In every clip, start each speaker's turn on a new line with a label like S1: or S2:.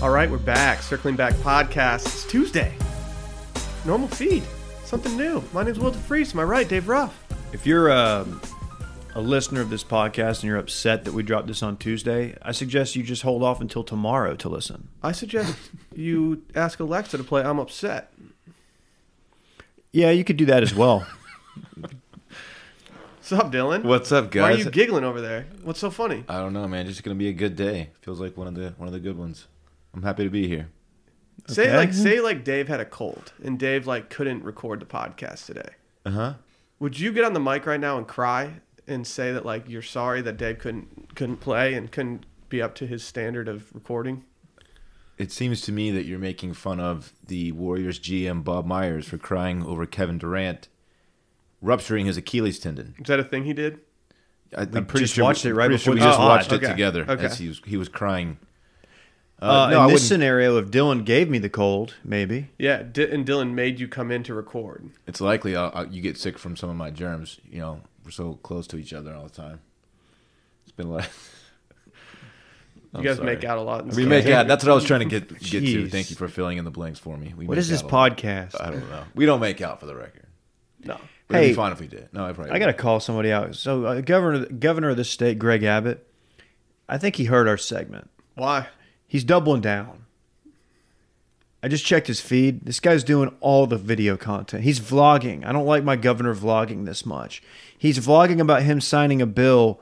S1: All right, we're back. Circling Back Podcast. It's Tuesday. Normal feed. Something new. My name's Will DeFreeze. Am I right, Dave Ruff?
S2: If you're a, a listener of this podcast and you're upset that we dropped this on Tuesday, I suggest you just hold off until tomorrow to listen.
S1: I suggest you ask Alexa to play I'm Upset.
S2: Yeah, you could do that as well.
S1: What's up, Dylan?
S3: What's up,
S1: Why are
S3: guys?
S1: you giggling over there? What's so funny?
S3: I don't know, man. Just gonna be a good day. Feels like one of the one of the good ones. I'm happy to be here.
S1: Say
S2: Okay.
S1: like say like Dave had a cold and Dave like couldn't record the podcast today.
S3: Uh huh.
S1: Would you get on the mic right now and cry and say that like you're sorry that Dave couldn't couldn't play and couldn't be up to his standard of recording?
S3: It seems to me that you're making fun of the Warriors GM Bob Myers for crying over Kevin Durant rupturing his Achilles tendon.
S1: Is that a thing he did?
S3: I, we
S2: pretty sure- watched it right
S3: pretty
S2: before
S3: sure we
S2: the
S3: just
S2: pod.
S3: watched it
S1: Okay.
S3: together.
S1: Okay.
S3: As he was he was crying. Uh,
S2: Uh, in
S3: no, I
S2: this
S3: wouldn't.
S2: scenario, if Dylan gave me the cold, maybe.
S1: Yeah, D- and Dylan made you come in to record.
S3: it's likely i i you get sick from some of my germs. You know, we're so close to each other all the time. It's been like.
S1: You guys make out a lot. And
S3: We
S1: stuff.
S3: make out. That's what I was trying to get get to.
S2: Jeez.
S3: Thank you for filling in the blanks for me. We
S2: What
S3: make
S2: is this
S3: out a lot.
S2: podcast?
S3: I don't know. We don't make out for the record.
S1: No.
S3: But it'd
S2: Hey.
S3: be fine if we did. No, I probably.
S2: I got to call somebody out. So, uh, governor, governor of this state, Greg Abbott, I think he heard our segment.
S1: Why?
S2: He's doubling down. I just checked his feed. This guy's doing all the video content. He's vlogging. I don't like my governor vlogging this much. He's vlogging about him signing a bill,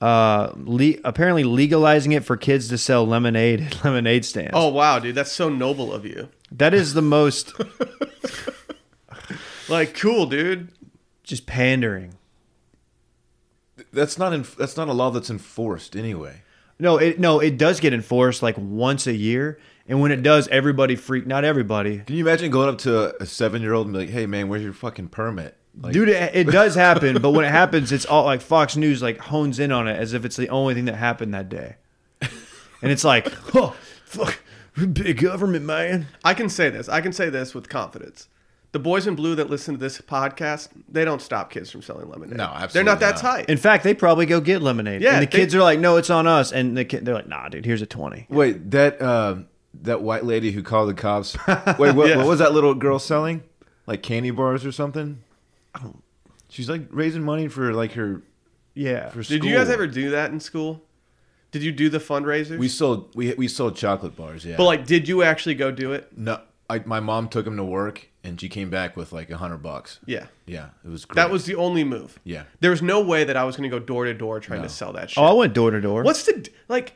S2: uh, le- apparently legalizing it for kids to sell lemonade at lemonade stands.
S1: Oh wow, dude, that's so noble of you.
S2: that is the most
S1: Like, cool, dude.
S2: just pandering.
S3: That's not. In, that's not a law that's enforced anyway.
S2: No, it no, it does get enforced like once a year, and when it does, everybody freak. Not everybody.
S3: Can you imagine going up to a, a seven-year-old and be like, "Hey, man, where's your fucking permit?" Like,
S2: Dude, it, it does happen, but when it happens, it's all like Fox News like hones in on it as if it's the only thing that happened that day, and it's like, oh, fuck, big government man.
S1: I can say this. I can say this with confidence. The boys in blue that listen to this podcast, they don't stop kids from selling lemonade.
S3: No, absolutely
S1: They're not that
S3: not.
S1: tight.
S2: In fact, they probably go get lemonade.
S1: Yeah,
S2: and the
S1: they-
S2: kids are like, no, it's on us, and the kid, they're like, nah, dude, here's a twenty.
S3: Wait, that uh, that white lady who called the cops. wait, what,
S1: Yeah.
S3: what was that little girl selling? Like candy bars or something? She's like raising money for like her
S2: Yeah,
S3: for school.
S1: Did you guys ever do that in school? Did you do the fundraisers?
S3: We sold we we sold chocolate bars. Yeah.
S1: but like, did you actually go do it?
S3: No, I, my mom took him to work, and she came back with like a hundred bucks.
S1: Yeah.
S3: Yeah, it was great.
S1: That was the only move.
S3: Yeah.
S1: There was no way that I was going to go door to door trying
S3: No.
S1: to sell that shit.
S2: Oh, I went door to door. What
S1: What's the like?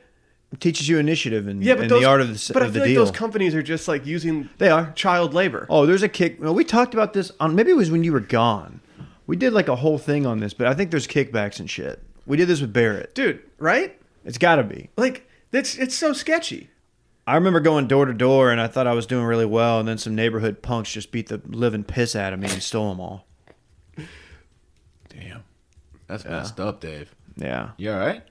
S2: teaches you initiative and,
S1: Yeah, but
S2: and
S1: those,
S2: the art of the
S1: but
S2: of
S1: I
S2: the
S1: feel like
S2: deal?
S1: those companies are just like using
S2: They are.
S1: child labor.
S2: Oh, there's a kick. Well, we talked about this on maybe it was when you were gone. We did like a whole thing on this, but I think there's kickbacks and shit. We did this with Barrett.
S1: dude, right?
S2: It's got to be.
S1: Like that's it's so sketchy.
S2: I remember going door to door and I thought I was doing really well, and then some neighborhood punks just beat the living piss out of me and stole them all.
S3: damn. That's messed up, Dave.
S2: Yeah,
S3: You all right?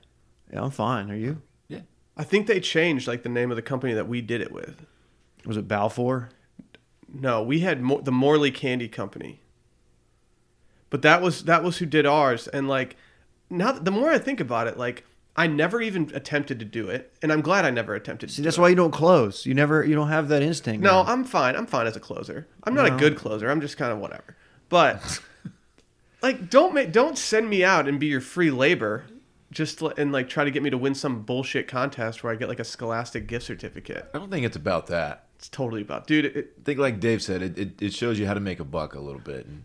S2: yeah, I'm fine. Are you?
S3: Yeah.
S1: I think they changed like the name of the company that we did it with.
S2: Was it Balfour?
S1: No, we had Mo- the Morley Candy Company. But that was that was who did ours, and like now th- the more I think about it, like I never even attempted to do it, and I'm glad I never attempted. To
S2: See,
S1: do
S2: that's
S1: it.
S2: why you don't close. You never, you don't have that instinct.
S1: No,
S2: now.
S1: I'm fine. I'm fine as a closer. I'm not a good closer. I'm just kind of whatever. But like, don't make, don't send me out and be your free labor, just li- and like try to get me to win some bullshit contest where I get like a Scholastic gift certificate.
S3: I don't think it's about that.
S1: It's totally about, dude. It,
S3: I think, like Dave said, it, it, it shows you how to make a buck a little bit and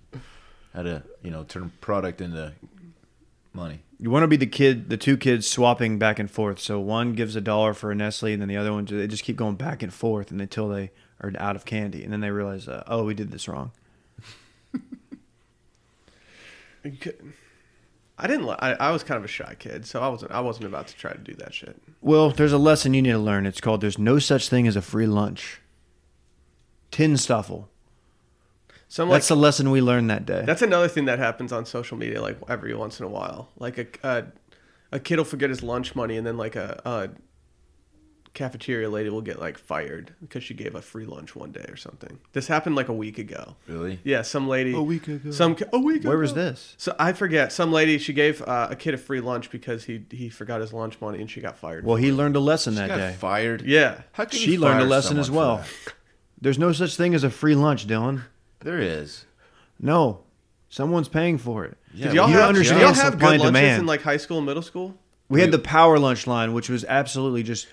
S3: how to you know turn product into money.
S2: you want to be the kid, the two kids swapping back and forth. So one gives a dollar for a Nestle, and then the other one, they just keep going back and forth and until they are out of candy, and then they realize, uh, oh, we did this wrong.
S1: You could- I didn't. li- I, I was kind of a shy kid, so I wasn't. I wasn't about to try to do that shit.
S2: Well, there's a lesson you need to learn. It's called "There's no such thing as a free lunch." Tinstuffle.
S1: Some like
S2: That's the lesson we learned that day.
S1: that's another thing that happens on social media, like every once in a while. Like a a, a kid will forget his lunch money, and then like a, a cafeteria lady will get like fired because she gave a free lunch one day or something. This happened like a week ago.
S3: Really?
S1: Yeah, some lady.
S3: A week ago.
S1: Some a week.
S2: Where
S1: ago.
S2: was this?
S1: So I forget. Some lady she gave uh, a kid a free lunch because he he forgot his lunch money and she got fired.
S2: Well, he learned a lesson
S3: She
S2: that
S3: got
S2: day.
S3: fired.
S1: yeah.
S3: How can you
S2: She learned a
S3: fire
S2: lesson as
S3: someone
S2: well.
S3: for
S2: There's no such thing as a free lunch, Dylan.
S3: that? There is.
S2: No, someone's paying for it.
S3: Yeah,
S1: Did y'all
S2: you
S1: have,
S2: understand
S1: did y'all have
S2: supply
S1: good
S2: and
S1: lunches
S2: demand.
S1: in like high school and middle school?
S2: We had the power lunch line, which was absolutely just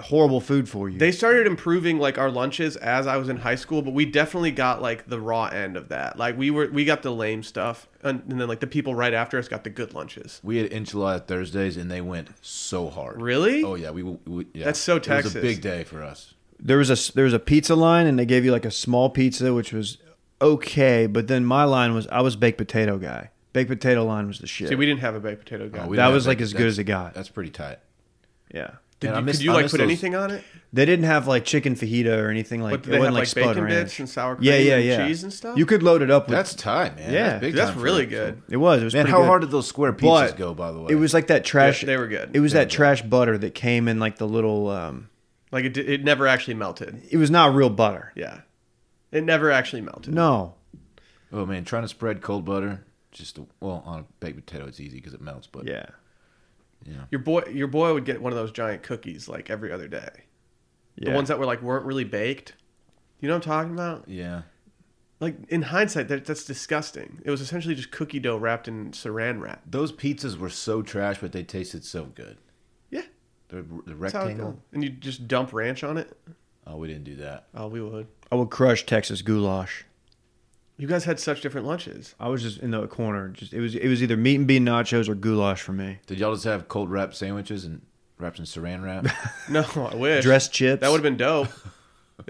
S2: horrible food for you.
S1: They started improving like our lunches as I was in high school, but we definitely got like the raw end of that. Like we were we got the lame stuff, and, and then like the people right after us got the good lunches.
S3: We had enchilada Thursdays, and they went so hard.
S1: Really?
S3: Oh yeah, we. we yeah.
S1: That's so
S3: It
S1: Texas.
S3: was a big day for us.
S2: there was a there was a pizza line, and they gave you like a small pizza, which was okay. But then my line was I was baked potato guy. Baked potato line was the shit.
S1: See, we didn't have a baked potato guy.
S3: Oh, we
S2: that
S3: didn't
S2: was
S3: have
S2: like
S3: that-
S2: as good
S3: that's-
S2: as it got.
S3: That's pretty tight.
S2: Yeah,
S1: Did
S3: Man, I
S1: you,
S3: miss-
S1: could you
S3: I
S1: like
S3: miss
S1: put
S3: those-
S1: anything on it?
S2: they didn't have like chicken fajita or anything like.
S1: But did
S2: it
S1: they have,
S2: wasn't like,
S1: like,
S2: Spud
S1: bacon
S2: Ranch.
S1: bits and sour
S2: Yeah,
S1: cream
S2: yeah,
S1: and
S2: yeah.
S1: cheese and stuff?
S2: You could load it up with.
S3: That's tight, man.
S2: Yeah.
S3: that's, big
S1: Dude, that's
S3: time for
S1: really
S3: us.
S1: good.
S2: it was. It was
S3: Man,
S2: pretty
S3: how
S2: good.
S3: hard did those square pizzas
S2: But
S3: go? By the way,
S2: It was like that trash.
S1: Yeah, they were good.
S2: It was
S3: They
S2: that
S3: were good.
S2: trash butter that came in like the little. Um,
S1: Like it, di- it never actually melted.
S2: it was not real butter.
S1: Yeah, it never actually melted.
S2: No,
S3: Oh man, trying to spread cold butter. Just well, on a baked potato, it's easy because it melts. But
S2: yeah.
S1: your boy, your boy would get one of those giant cookies like every other day.
S2: Yeah.
S1: The ones that were like weren't really baked. You know what I'm talking about?
S3: yeah,
S1: Like in hindsight, that, that's disgusting. It was essentially just cookie dough wrapped in Saran wrap.
S3: those pizzas were so trash, but they tasted so good.
S1: Yeah,
S3: The, the
S1: that's how it goes.
S3: rectangle.
S1: And you just dump ranch on it.
S3: Oh, we didn't do that.
S1: Oh, we would.
S2: I would crush Texas goulash.
S1: You guys had such different lunches.
S2: I was just in the corner. Just it was it was either meat and bean nachos or goulash for me.
S3: Did y'all just have cold wrap sandwiches and wraps in saran wrap?
S1: No, I wish
S2: Dressed chips.
S1: That would have been dope.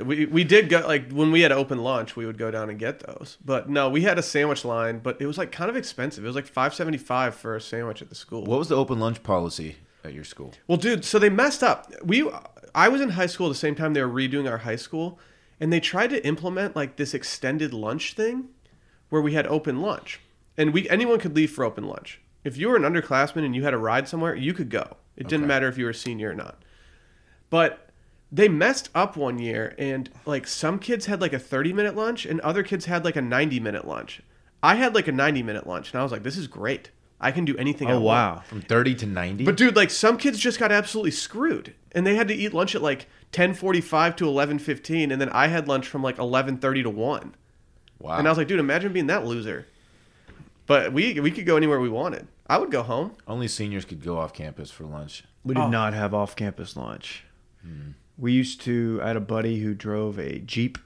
S1: we we did go like when we had open lunch, we would go down and get those. But no, we had a sandwich line, but it was like kind of expensive. It was like five seventy five for a sandwich at the school.
S3: what was the open lunch policy at your school?
S1: Well, dude, so they messed up. We I was in high school at the same time they were redoing our high school, and they tried to implement like this extended lunch thing where we had open lunch. And we anyone could leave for open lunch. If you were an underclassman and you had a ride somewhere, you could go. It didn't
S3: Okay.
S1: matter if you were a senior or not. But they messed up one year and like some kids had like a 30 minute lunch and other kids had like a 90 minute lunch. I had like a 90 minute lunch and I was like, this is great. I can do anything I
S2: Oh
S1: want.
S2: wow.
S3: From thirty to ninety.
S1: But dude, like some kids just got absolutely screwed, and they had to eat lunch at like ten forty-five to eleven fifteen, and then I had lunch from like eleven thirty to one.
S3: wow.
S1: And I was like, dude, imagine being that loser. But we we could go anywhere we wanted. I would go home.
S3: Only seniors could go off campus for lunch.
S2: We did
S1: Oh.
S2: not have off campus lunch. We used to. I had a buddy who drove a jeep.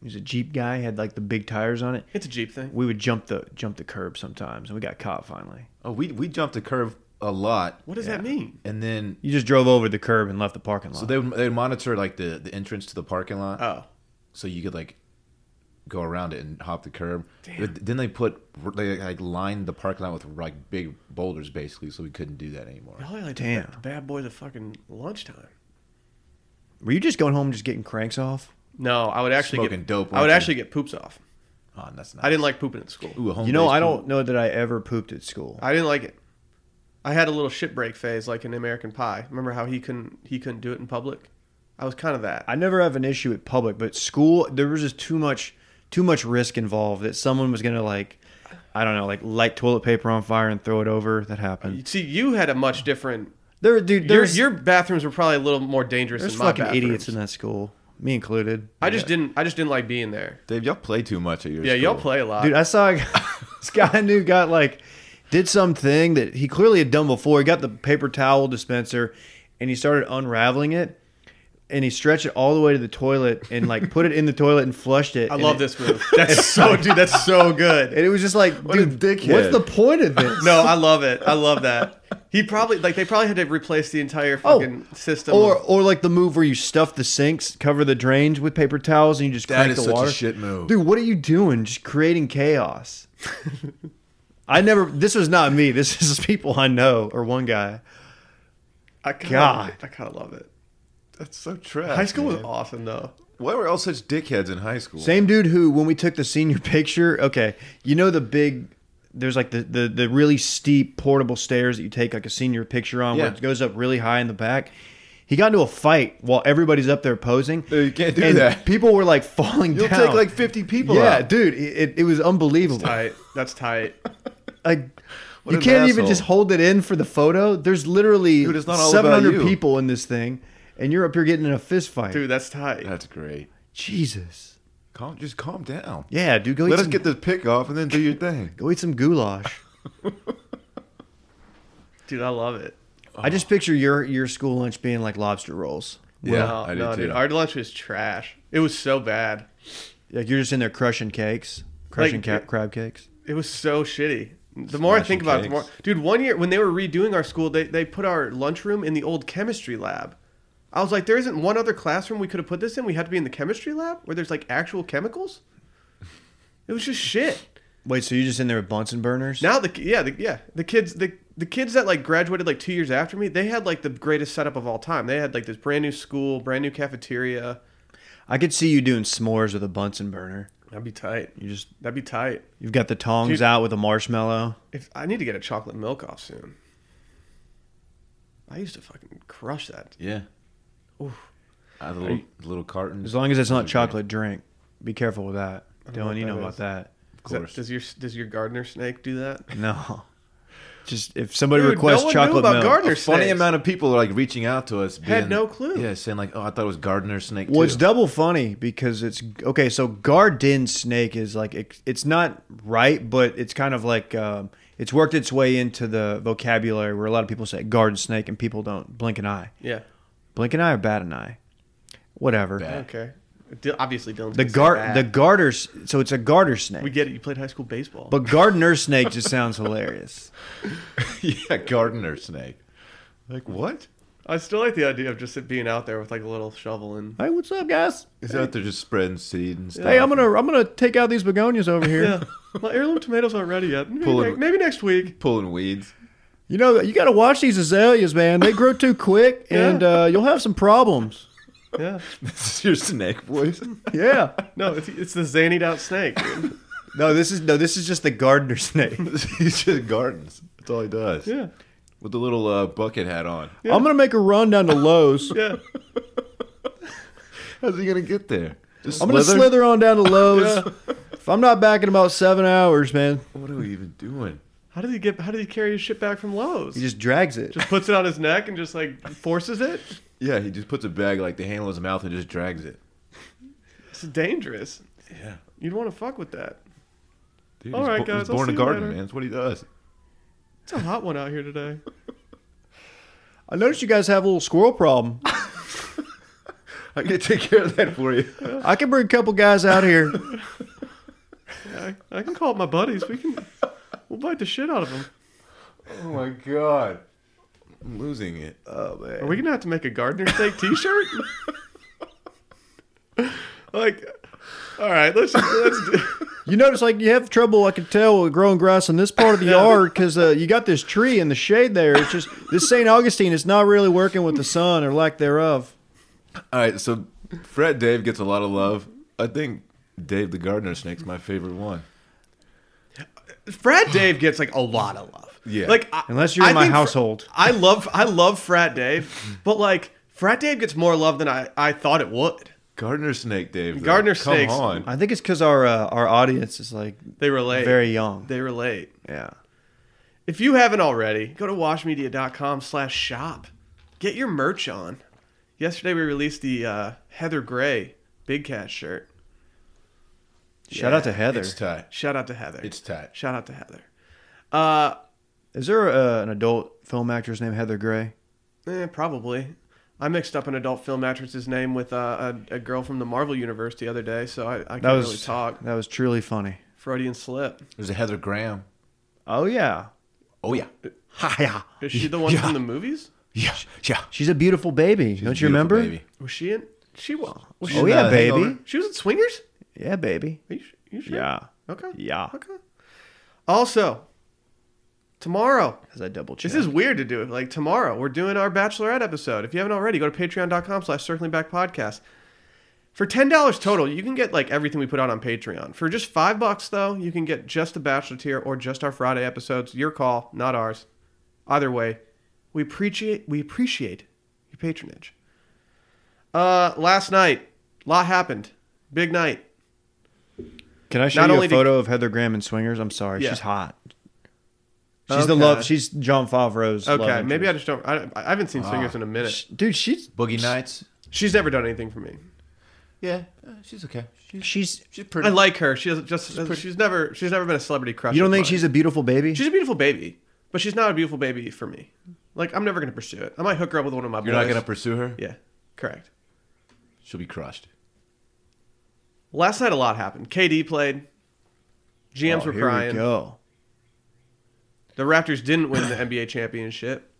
S2: He was a jeep guy. Had like the big tires on it.
S1: It's a jeep thing.
S2: We would jump the jump the curb sometimes, and we got caught finally.
S3: Oh, we we jumped the curve a lot,
S1: What does
S2: Yeah.
S1: that mean?
S3: and then
S2: You just drove over the curb and left the parking lot.
S3: so they would, they would monitor like the the entrance to the parking lot.
S1: Oh,
S3: so you could like go around it and hop the curb. But then they put they like lined the parking lot with like big boulders basically, so we couldn't do that anymore.
S1: y'all are like
S2: Damn.
S1: The, the bad boys of fucking lunchtime.
S2: Were you just going home, just getting cranks off?
S1: No, I would actually
S3: Smoking
S1: get
S3: dope,
S1: I would
S3: weren't you?
S1: actually get poops off.
S3: Oh, that's not.
S1: I didn't like pooping at school.
S3: Ooh, a home
S2: you know,
S3: based
S2: I
S3: pool.
S2: don't know that I ever pooped at school.
S1: I didn't like it. I had a little shit break phase, like in American Pie. Remember how he couldn't he couldn't do it in public? I was kind of that.
S2: I never have an issue with public, but school there was just too much too much risk involved that someone was gonna like I don't know, like light toilet paper on fire and throw it over. That happened.
S1: See, you had a much different.
S2: There, dude,
S1: Your,
S2: there's
S1: your bathrooms were probably a little more dangerous
S2: there's
S1: than my
S2: fucking
S1: bathrooms.
S2: idiots in that school, me included.
S1: I just didn't. I just didn't like being there.
S3: Dave, y'all play too much at your.
S1: Yeah,
S3: school.
S1: y'all play a lot.
S2: dude. I saw a, this guy I knew got like did something that he clearly had done before. He got the paper towel dispenser and he started unraveling it. And he stretched it all the way to the toilet and like put it in the toilet and flushed it.
S1: I
S2: and
S1: love
S2: it-
S1: this move. That's so, dude. That's so good.
S2: And it was just like,
S3: a
S2: dude,
S3: dickhead.
S2: what's the point of this?
S1: No, I love it. I love that. He probably like they probably had to replace the entire
S2: Oh,
S1: fucking system.
S2: Or,
S1: of-
S2: or like the move where you stuff the sinks, cover the drains with paper towels, and you just
S3: That
S2: crank
S3: is
S2: the
S3: such a
S2: water.
S3: shit move.
S2: dude. What are you doing? Just creating chaos. I never. This was not me. This is people I know or one guy.
S1: I kinda,
S2: God.
S1: I kind of love it.
S3: That's so trash.
S1: High school was
S3: man.
S1: awesome though.
S3: Why were all such dickheads in high school?
S2: Same dude who, when we took the senior picture, okay, you know the big. There's like the, the, the really steep portable stairs that you take like a senior picture on where
S3: Yeah.
S2: it goes up really high in the back. He got into a fight while everybody's up there posing.
S3: You can't do
S2: and
S3: that.
S2: People were like falling
S3: You'll
S2: down.
S3: take like 50 people
S2: yeah,
S3: out.
S2: dude, it, it, it was unbelievable.
S1: Tight. That's tight.
S2: Like,
S3: What
S2: you
S3: an
S2: can't even
S3: asshole.
S2: just hold it in for the photo. There's literally
S3: Dude, it's not all about
S2: 700
S3: you.
S2: people in this thing, and you're up here getting in a fist fight.
S1: Dude, that's tight.
S3: That's great.
S2: Jesus.
S3: Calm, just calm down.
S2: Yeah, dude, go eat
S3: Let us
S2: some,
S3: get this pick off and then do your thing.
S2: go eat some goulash.
S1: Dude, I love it.
S2: I
S3: Oh.
S2: just picture your your school lunch being like lobster rolls.
S3: Yeah,
S1: no,
S3: I do
S1: no,
S3: too.
S1: dude. Our lunch was trash. It was so bad.
S2: Like you're just in there crushing cakes, crushing
S1: Like-
S2: ca- crab cakes.
S1: It was so shitty. The more I
S3: Smashing
S1: think about it, the more
S3: cakes.
S1: dude. One year when they were redoing our school, they they put our lunchroom in the old chemistry lab. I was like, there isn't one other classroom we could have put this in. We had to be in the chemistry lab where there's like actual chemicals. It was just shit.
S2: Wait, so you're just in there with Bunsen burners?
S1: Now the yeah the, yeah the kids the the kids that like graduated like two years after me, they had like the greatest setup of all time. They had like this brand new school, brand new cafeteria.
S2: I could see you doing s'mores with a Bunsen burner.
S1: That'd be tight.
S2: You just
S1: That'd be tight.
S2: you've got the tongs
S1: Dude.
S2: out with a marshmallow.
S1: If I need to get a chocolate milk off soon. I used to fucking crush that.
S3: Yeah.
S1: Oof.
S3: I have the little, little cartons.
S2: As long as it's not
S3: Okay.
S2: chocolate drink, be careful with that.
S1: don't know
S2: Dylan,
S1: what
S2: you
S1: that
S2: know
S1: is.
S2: about that.
S3: Of
S1: Is that-
S3: course.
S1: does your does your gardener snake do that?
S2: No, just if somebody
S1: Dude, no
S2: requests
S1: one knew
S2: chocolate
S1: about
S2: milk.
S1: garden-
S3: a funny
S1: snakes.
S3: amount of people are like reaching out to us.
S1: Had
S3: being-
S1: no clue.
S3: Yeah, saying like, "Oh, I thought it was gardener snake."
S2: Well, it's
S3: too."
S2: double funny because it's okay. So garden snake is like it, it's not right, but it's kind of like um, it's worked its way into the vocabulary where a lot of people say garden snake and people don't blink an eye.
S1: Yeah.
S2: Blink an eye or bat an eye, whatever.
S3: Bat.
S1: Okay. Dil- obviously, Dylan's
S2: Uh, The
S1: gonna say
S2: gar the
S1: bat.
S2: garter. s- So it's a garter snake.
S1: we get it. You played high school baseball.
S2: but gardener snake just sounds hilarious.
S3: yeah, gardener snake. Like what?
S1: I still like the idea of just it being out there with like a little shovel and
S2: Hey, what's up, guys?
S3: Is out there just spreading seed and stuff?
S2: Hey, I'm gonna I'm gonna take out these begonias over here.
S1: yeah. My heirloom tomatoes aren't ready yet. Maybe,
S3: Pulling-
S1: ne- maybe next week.
S3: pulling weeds.
S2: You know, you got to watch these azaleas, man. They grow too quick,
S1: Yeah.
S2: and uh, you'll have some problems.
S1: Yeah.
S3: This is your snake voice.
S2: Yeah.
S1: No, it's, it's the zanied out snake. dude.
S2: No, this is no, this is just the gardener snake.
S3: He's just gardens. That's all he does.
S1: Yeah.
S3: With the little uh, bucket hat on.
S2: I'm gonna make a run down to Lowe's.
S1: Yeah.
S3: How's he gonna get there? Just
S2: I'm gonna slither? on down to Lowe's. If I'm not back in about seven hours, man,
S3: What are we even doing?
S1: How did he get? How did he carry his shit back from Lowe's?
S2: he
S1: Just,
S2: just drags it.
S1: puts it on his neck and just like forces it.
S3: Yeah, he just puts a bag like the handle in his mouth and just drags it.
S1: It's dangerous.
S3: Yeah.
S1: You'd want to fuck with that.
S3: Dude,
S1: All
S3: he's
S1: right,
S3: bo-
S1: guys,
S3: he's
S1: I'll
S3: born
S1: see
S3: a
S1: you
S3: gardener,
S1: later.
S3: man. That's what he does.
S1: It's a hot one out here today.
S2: I noticed you guys have a little squirrel problem.
S3: I can take care of that for you.
S2: I can bring a couple guys out here.
S1: Yeah, I, I can call up my buddies. We can. We'll bite the shit out of them.
S3: Oh my god. I'm losing it.
S2: Oh
S1: Are
S2: man,
S1: we gonna have to make a gardener steak T-shirt? like, all right, let's just, let's do.
S2: you notice like you have trouble. I can tell with growing grass in this part of the yard because uh, you got this tree in the shade there. It's just this St. Augustine is not really working with the sun or lack thereof.
S3: All right, so Fred Dave gets a lot of love. I think Dave the gardener snake's my favorite one.
S1: Frat Dave gets like a lot of love.
S3: Yeah.
S1: Like I,
S2: Unless you're in my
S1: think fr-
S2: household.
S1: I love I love Frat Dave, but like Frat Dave gets more love than I I thought it would.
S3: Gardener snake, Dave. though.
S1: Gardener
S3: Come
S1: snakes-
S3: on.
S2: I think it's because our uh, our audience is like
S1: They relate.
S2: very young.
S1: They relate.
S2: Yeah.
S1: If you haven't already, go to washmedia.com slash shop. Get your merch on. Yesterday we released the uh, Heather Gray Big Cat shirt.
S2: Shout out to Heather.
S3: It's tight.
S1: Shout out to Heather.
S3: It's tight.
S1: Shout out to Heather. Uh,
S2: Is there uh, an adult film actress named Heather Gray?
S1: eh, probably. I mixed up an adult film actress's name with uh, a, a girl from the Marvel universe the other day, so I, I can't
S2: That was
S1: really talk.
S2: That was truly funny.
S1: Freudian slip.
S3: There's a Heather Graham.
S2: Oh yeah.
S3: Oh yeah.
S2: Ha yeah.
S1: Is she the one
S3: Yeah.
S1: from the movies?
S3: Yeah. Yeah.
S2: She's a beautiful baby. Don't you
S3: Beautiful
S2: remember?
S3: baby.
S1: Was she in? She was. was she,
S2: Oh
S3: in,
S2: yeah,
S3: uh,
S2: baby.
S3: Hangover?
S1: she was in Swingers.
S2: Yeah, baby.
S1: Are you, su- you sure?
S2: Yeah.
S1: Okay.
S2: Yeah.
S1: Okay. Also, tomorrow
S2: As I double check.
S1: This is weird to do. Like tomorrow, we're doing our Bachelorette episode. If you haven't already, go to patreon.com slash circling back podcast. For ten dollars total, you can get like everything we put out on Patreon. For just five bucks though, you can get just the Bachelor tier or just our Friday episodes. Your call, not ours. Either way, we appreciate we appreciate your patronage. Uh, last night, lot happened. Big night.
S2: Can I show
S1: Not
S2: you
S1: only
S2: a
S1: did-
S2: photo of Heather Graham in Swingers? I'm sorry,
S1: Yeah.
S2: she's hot. She's the
S1: Okay.
S2: love. She's John Favreau's. love
S1: Okay, maybe I
S2: interest. Ah,
S1: just don't. I, I haven't seen Swingers in a minute.
S2: Sh- Dude, she's
S3: Boogie Nights.
S1: She's never done anything for me.
S3: Yeah, uh, she's okay. She's
S2: she's.
S3: she's pretty.
S1: I like her. She doesn't just
S3: pretty.
S1: she's never she's never been a celebrity crush.
S2: You don't
S1: of
S2: think
S1: mine.
S2: she's a beautiful baby?
S1: she's a beautiful baby, but she's not a beautiful baby for me. Like I'm never gonna pursue it. I might hook her up with one of my
S3: You're
S1: boys.
S3: not gonna pursue her.
S1: yeah, correct.
S3: She'll be crushed.
S1: Last night a lot happened. KD played. GMs
S2: Oh,
S1: were
S2: here
S1: crying.
S2: We go.
S1: The Raptors didn't win the NBA championship.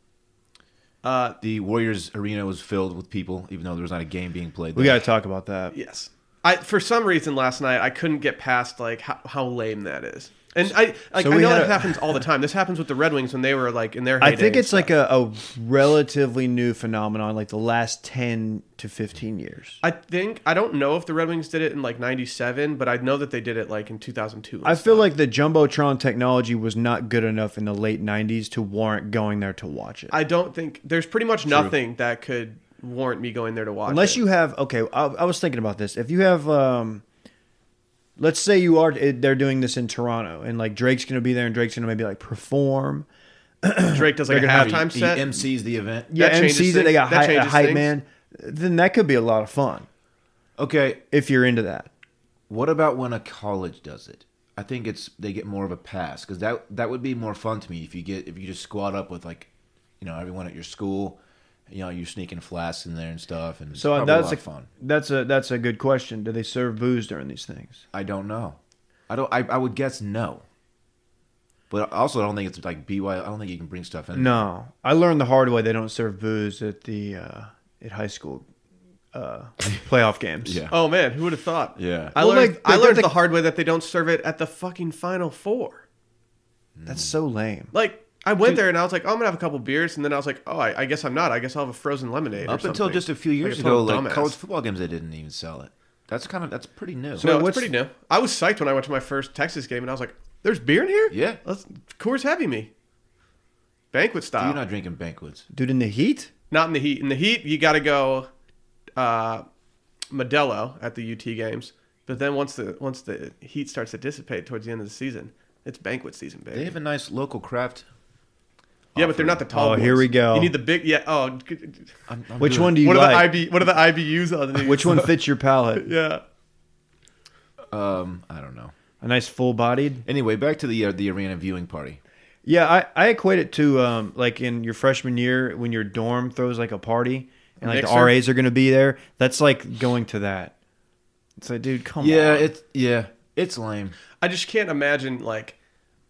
S1: Uh,
S3: The Warriors arena was filled with people, even though there was not a game being played.
S2: We
S3: there.
S2: got to talk about that.
S1: Yes. I for some reason last night I couldn't get past like how, how lame that is. And I like
S2: So
S1: I
S2: we
S1: know
S2: had
S1: that
S2: a-
S1: happens all the time. This happens with the Red Wings when they were like in their
S2: I
S1: heyday and
S2: think it's like
S1: stuff.
S2: a, a relatively new phenomenon, like the last ten to fifteen years.
S1: I think I don't know if the Red Wings did it in like 97, but I know that they did it like in 2002. and
S2: I
S1: stuff.
S2: feel like the jumbotron technology was not good enough in the late '90s to warrant going there to watch it.
S1: I don't think there's pretty much nothing that could warrant me going there to watch
S2: Unless
S1: it.
S2: you have okay, I, I was thinking about this. If you have, um, let's say you are eh, they're doing this in Toronto, and like Drake's gonna be there, and Drake's gonna maybe like perform.
S1: Drake does like a
S2: They're gonna have E
S1: halftime
S3: he,
S1: set.
S3: He MCs the event.
S1: Yeah,
S2: and
S1: changes
S2: see that they
S1: things.
S2: got
S1: That
S2: hy- a
S1: changes
S2: hype
S1: things.
S2: man. Then that could be a lot of fun
S3: Okay,
S2: if you're into that.
S3: What about when a college does it? I think it's they get more of a pass because that that would be more fun to me if you get if you just squad up with like, you know, everyone at your school, you know, you're sneaking flasks in there and stuff, and
S2: So uh,
S3: it's probably
S2: that's
S3: a lot
S2: a
S3: of fun.
S2: that's a that's a good question. Do they serve booze during these things?
S3: I don't know, I don't. I, I would guess no. But I also don't think it's like BY. I don't think you can bring stuff in.
S2: No, I learned the hard way. They don't serve booze at the uh, at high school uh, playoff games.
S3: Yeah.
S1: Oh man, who would have thought?
S3: Yeah.
S1: I
S2: Well,
S1: learned
S2: like,
S1: I
S2: they've got
S1: learned
S2: the-
S1: the hard way that they don't serve it at the fucking final 4.
S2: that's so lame.
S1: Like I went there and I was like, oh, I'm gonna have a couple beers, and then I was like, oh, I, I guess I'm not. I guess I'll have a frozen lemonade.
S3: Up
S1: or
S3: until
S1: something.
S3: just a few years
S1: Like a
S3: ago,
S1: total
S3: like
S1: dumbass.
S3: college football games, they didn't even sell it. That's kind of that's pretty new.
S2: So-
S1: no,
S2: what's-
S1: it's pretty new. I was psyched when I went to my first Texas game, and I was like, "There's beer in here?
S3: Yeah.
S1: let's Coors Heavy me, banquet style.
S2: uh,
S3: you're
S1: Not-,
S3: not drinking banquets.
S2: Dude, in the heat.
S1: in the heat. In the heat, you got to go uh, Modelo at the UT games. But then once the once the heat starts to dissipate towards the end of the season, it's banquet season, baby.
S3: They have a nice local craft.
S1: yeah, but they're not the tall.
S2: Oh, here
S1: ones.
S2: we go.
S1: You need the big. Yeah. Oh, g- g-
S3: I'm, I'm
S2: Which
S3: doing-
S2: one do you
S1: what are
S2: like?
S1: the IB? What are the IBUs on these?
S2: Which one fits your palate?
S1: Yeah.
S3: Um, I don't know.
S2: A nice full-bodied.
S3: Anyway, back to the uh, the arena viewing party.
S2: Yeah, I, I equate it to um, like in your freshman year when your dorm throws like a party and like the
S1: Mixer?
S2: RAs are going to be there. That's like going to that. It's like, dude, come
S3: yeah,
S2: on.
S3: it's yeah, it's lame.
S1: I just can't imagine like